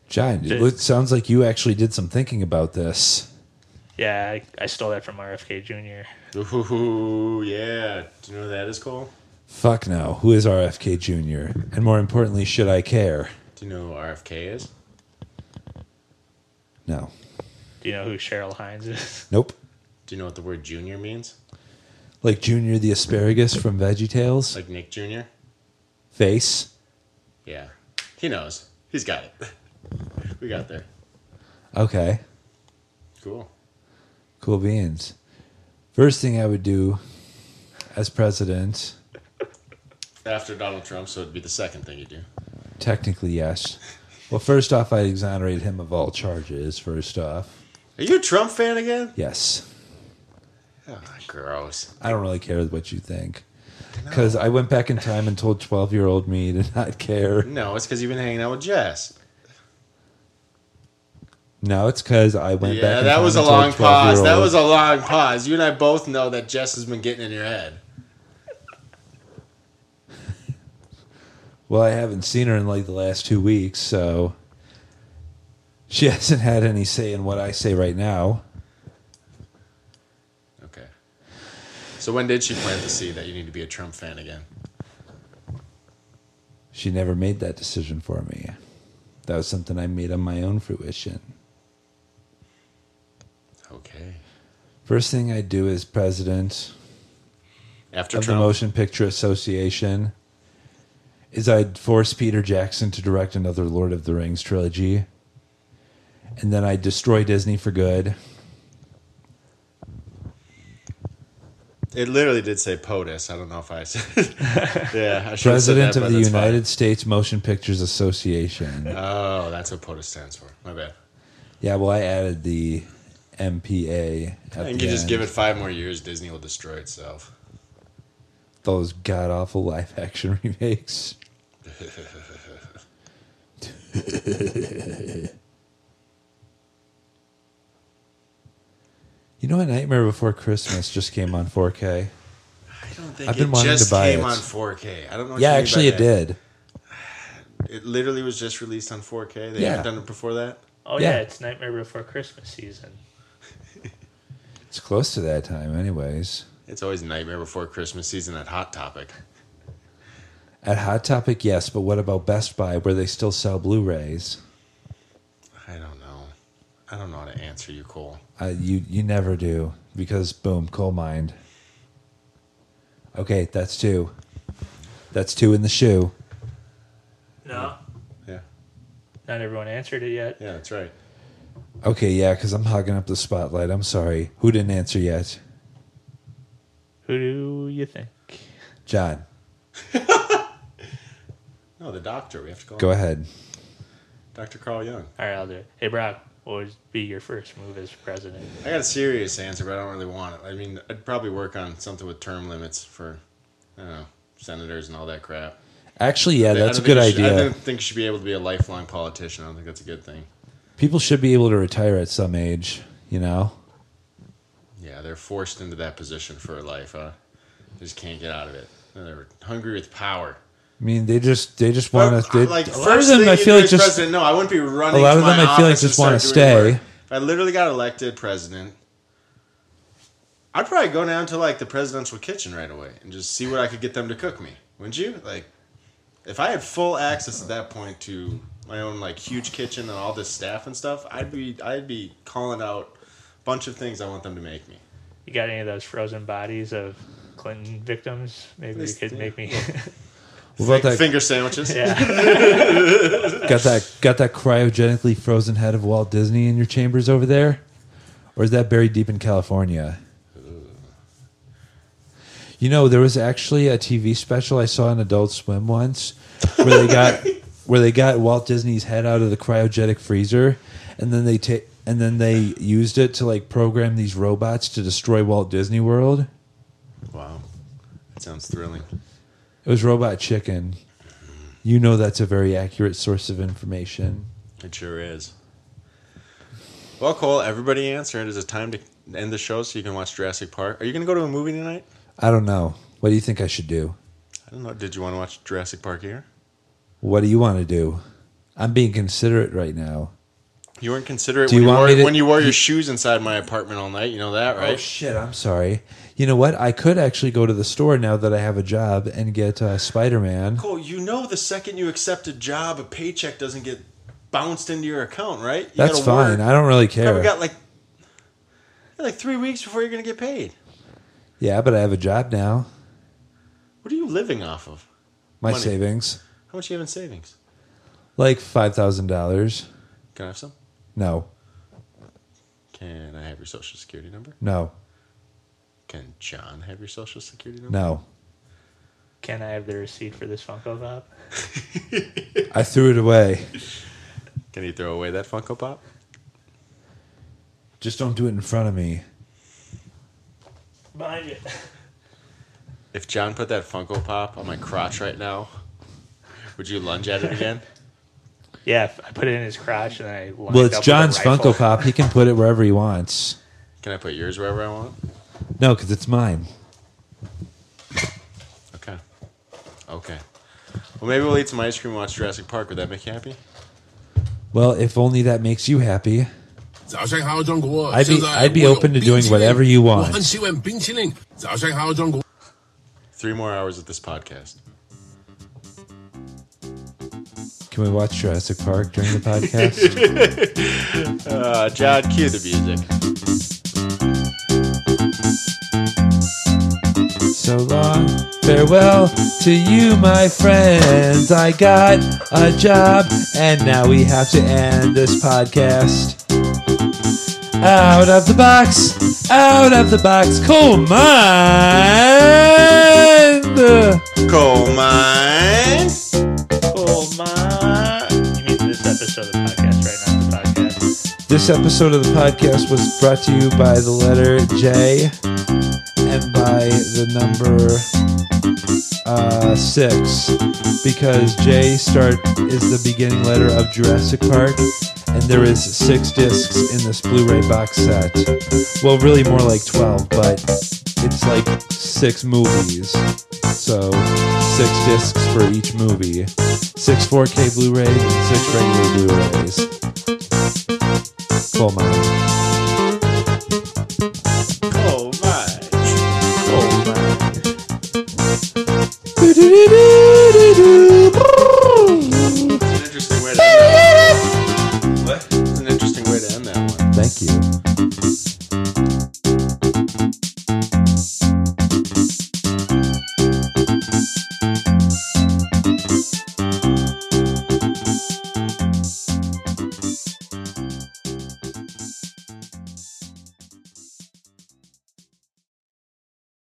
Speaker 4: John, it
Speaker 1: Did-
Speaker 4: looks- sounds like you actually did some thinking about this.
Speaker 1: Yeah, I, I stole that from RFK Jr.
Speaker 3: Ooh, yeah. Do you know who that is, Cole?
Speaker 4: Fuck no. Who is RFK Jr.? And more importantly, should I care?
Speaker 3: Do you know who RFK is?
Speaker 4: No.
Speaker 1: Do you know who Cheryl Hines is?
Speaker 4: Nope.
Speaker 3: Do you know what the word junior means?
Speaker 4: Like Junior the asparagus from Veggie Tales.
Speaker 3: Like Nick Jr.?
Speaker 4: Face.
Speaker 3: Yeah. He knows. He's got it. we got there.
Speaker 4: Okay.
Speaker 3: Cool.
Speaker 4: Cool beans. First thing I would do as president,
Speaker 3: After Donald Trump, so it'd be the second thing you do.
Speaker 4: technically, yes. Well, first off, I'd exonerate him of all charges, first off.
Speaker 3: Are you a Trump fan again?
Speaker 4: Yes.
Speaker 3: Oh, gross.
Speaker 4: I don't really care what you think. Because I went back in time and told 12 year old me to not care.
Speaker 3: No, it's because you've been hanging out with Jess.
Speaker 4: No, it's because I went back
Speaker 3: yeah,
Speaker 4: in
Speaker 3: that
Speaker 4: time
Speaker 3: was a
Speaker 4: and told
Speaker 3: long pause.
Speaker 4: 12-year-old.
Speaker 3: That was a long pause. You and I both know that Jess has been getting in your head.
Speaker 4: Well, I haven't seen her in like the last two weeks, so she hasn't had any say in what I say right now.
Speaker 3: Okay. So when did she plant the seed that you need to be a Trump fan again?
Speaker 4: She never made that decision for me. That was something I made on my own fruition.
Speaker 3: Okay.
Speaker 4: First thing I do as president
Speaker 3: After
Speaker 4: of
Speaker 3: Trump,
Speaker 4: the Motion Picture Association is I'd force Peter Jackson to direct another Lord of the Rings trilogy. And then I'd destroy Disney for good.
Speaker 3: it literally did say POTUS. I don't know if I said. yeah, I should have said
Speaker 4: President
Speaker 3: that,
Speaker 4: of
Speaker 3: but
Speaker 4: the
Speaker 3: that's fine.
Speaker 4: United States Motion Pictures Association.
Speaker 3: Oh, that's what POTUS stands for. My bad.
Speaker 4: Yeah, well, I added the MPA. At
Speaker 3: I think
Speaker 4: the
Speaker 3: you just
Speaker 4: end.
Speaker 3: give it five more years, Disney will destroy itself.
Speaker 4: those god awful live action remakes. You know, A Nightmare Before Christmas just came on 4K.
Speaker 3: I don't think
Speaker 4: I've been
Speaker 3: it
Speaker 4: wanting to
Speaker 3: just
Speaker 4: buy
Speaker 3: came
Speaker 4: it.
Speaker 3: on 4K. I don't know. What you mean
Speaker 4: yeah,
Speaker 3: by
Speaker 4: actually,
Speaker 3: that.
Speaker 4: it did.
Speaker 3: It literally was just released on 4K. They
Speaker 1: Yeah.
Speaker 3: haven't done it before that.
Speaker 1: Oh yeah. it's Nightmare Before Christmas season.
Speaker 4: It's close to that time, anyways.
Speaker 3: It's always Nightmare Before Christmas season at Hot Topic.
Speaker 4: At Hot Topic, yes, but what about Best Buy, where they still sell Blu-rays?
Speaker 3: I don't know. I don't know how to answer you, Cole.
Speaker 4: Uh, you you never do because boom, coal mined. Okay, that's two. That's two in the shoe.
Speaker 1: No.
Speaker 3: Yeah.
Speaker 1: Not everyone answered it yet.
Speaker 3: Yeah, that's right.
Speaker 4: Okay, yeah, because I'm hogging up the spotlight. I'm sorry. Who didn't answer yet?
Speaker 1: Who do you think?
Speaker 4: John,
Speaker 3: No, the doctor. We have to call
Speaker 4: go
Speaker 3: him.
Speaker 4: ahead.
Speaker 3: Dr. Carl Young.
Speaker 1: All right, I'll do it. Hey, Brock, what would be your first move as president?
Speaker 3: I got a serious answer, but I don't really want it. I mean, I'd probably work on something with term limits for, I don't know, senators and all that crap.
Speaker 4: Actually, yeah,
Speaker 3: I don't
Speaker 4: that's a
Speaker 3: think
Speaker 4: good
Speaker 3: you should- I
Speaker 4: idea.
Speaker 3: don't think you should be able to be a lifelong politician. I don't think that's a good thing.
Speaker 4: People should be able to retire at some age, you know.
Speaker 3: Yeah, they're forced into that position for life, huh? They just can't get out of it. And They're hungry with power.
Speaker 4: I mean, they just they just want to.
Speaker 3: like
Speaker 4: a lot of
Speaker 3: first
Speaker 4: them,
Speaker 3: thing
Speaker 4: I
Speaker 3: you
Speaker 4: feel
Speaker 3: do
Speaker 4: like
Speaker 3: as
Speaker 4: just
Speaker 3: president. No, I wouldn't be running.
Speaker 4: A lot
Speaker 3: to
Speaker 4: of them,
Speaker 3: my
Speaker 4: I feel like
Speaker 3: office
Speaker 4: just
Speaker 3: and
Speaker 4: want to
Speaker 3: start doing
Speaker 4: stay.
Speaker 3: work. If I literally got elected president, I'd probably go down to like the presidential kitchen right away and just see what I could get them to cook me. Wouldn't you? Like, if I had full access at that point to my own like huge kitchen and all this staff and stuff, I'd be I'd be calling out a bunch of things I want them to make me.
Speaker 1: You got any of those frozen bodies of Clinton victims? Maybe you
Speaker 3: Please
Speaker 1: could
Speaker 3: do.
Speaker 1: make me.
Speaker 4: What about that-
Speaker 3: Finger sandwiches.
Speaker 1: Yeah.
Speaker 4: got that got that cryogenically frozen head of Walt Disney in your chambers over there, or is that buried deep in California? You know, there was actually a TV special I saw on Adult Swim once where they got where they got Walt Disney's head out of the cryogenic freezer, and then they ta- and then they used it to like program these robots to destroy Walt Disney World.
Speaker 3: Wow, that sounds thrilling.
Speaker 4: It was Robot Chicken. You know that's a very accurate source of information.
Speaker 3: It sure is. Well, Cole, everybody answered. Is it time to end the show so you can watch Jurassic Park? Are you going to go to a movie tonight?
Speaker 4: I don't know. What do you think I should do?
Speaker 3: I don't know. Did you want to watch Jurassic Park here?
Speaker 4: What do you want to do? I'm being considerate right now.
Speaker 3: You weren't considerate
Speaker 4: Do
Speaker 3: when
Speaker 4: you
Speaker 3: you,
Speaker 4: want
Speaker 3: wore,
Speaker 4: me to-
Speaker 3: when you wore your shoes inside my apartment all night. You know that, right?
Speaker 4: Oh shit! I'm sorry. You know what? I could actually go to the store now that I have a job and get uh, Spider Man.
Speaker 3: Cole, you know the second you accept a job, a paycheck doesn't get bounced into your account, right? You
Speaker 4: That's
Speaker 3: gotta work.
Speaker 4: fine. I don't really
Speaker 3: You probably
Speaker 4: care.
Speaker 3: got like, you got like three weeks before you're going to get paid.
Speaker 4: Yeah, but I have a job now.
Speaker 3: What are you living off of?
Speaker 4: My
Speaker 3: Money.
Speaker 4: savings,
Speaker 3: How much you have in savings?
Speaker 4: like five thousand dollars.
Speaker 3: Can I have some?
Speaker 4: No,
Speaker 3: Can I have your social security number?
Speaker 4: no,
Speaker 3: Can John have your social security number?
Speaker 4: no.
Speaker 1: Can I have the receipt for this Funko Pop?
Speaker 4: I threw it away.
Speaker 3: Can he throw away that Funko Pop?
Speaker 4: Just don't do it in front of me.
Speaker 1: Behind you.
Speaker 3: If John put that Funko Pop on my crotch right now, would you lunge at it again?
Speaker 1: Yeah, if I put it in his crotch and I. lined
Speaker 4: well,
Speaker 1: up
Speaker 4: it's
Speaker 1: with a
Speaker 4: John's
Speaker 1: rifle.
Speaker 4: Funko Pop. He can put it wherever he wants.
Speaker 3: Can I put yours wherever I want?
Speaker 4: No, because it's mine.
Speaker 3: Okay. Okay. Well, maybe we'll eat some ice cream and watch Jurassic Park. Would that make you happy?
Speaker 4: Well, if only that makes you happy.
Speaker 10: I'd
Speaker 4: be- I'd be open to doing whatever you want.
Speaker 3: Three more hours of this podcast.
Speaker 4: Can we watch Jurassic Park during the podcast?
Speaker 3: uh, John, cue the music.
Speaker 4: so long, farewell to you, my friends. I got a job, and now we have to end this podcast. Out of the box, out of the box, coal mine.
Speaker 3: Coal mine.
Speaker 1: Coal mine. You mean this episode of the podcast, right? Not the podcast.
Speaker 4: This episode of the podcast was brought to you by the letter J and by the number uh, six, because J start is the beginning letter of Jurassic Park, and there is six discs in this Blu-ray box set. Well, really more like twelve, but it's like six movies. So six discs for each movie, six 4K Blu-rays, and six regular Blu-rays. Coal mine.
Speaker 14: Oh my.
Speaker 4: Do-do-do-do.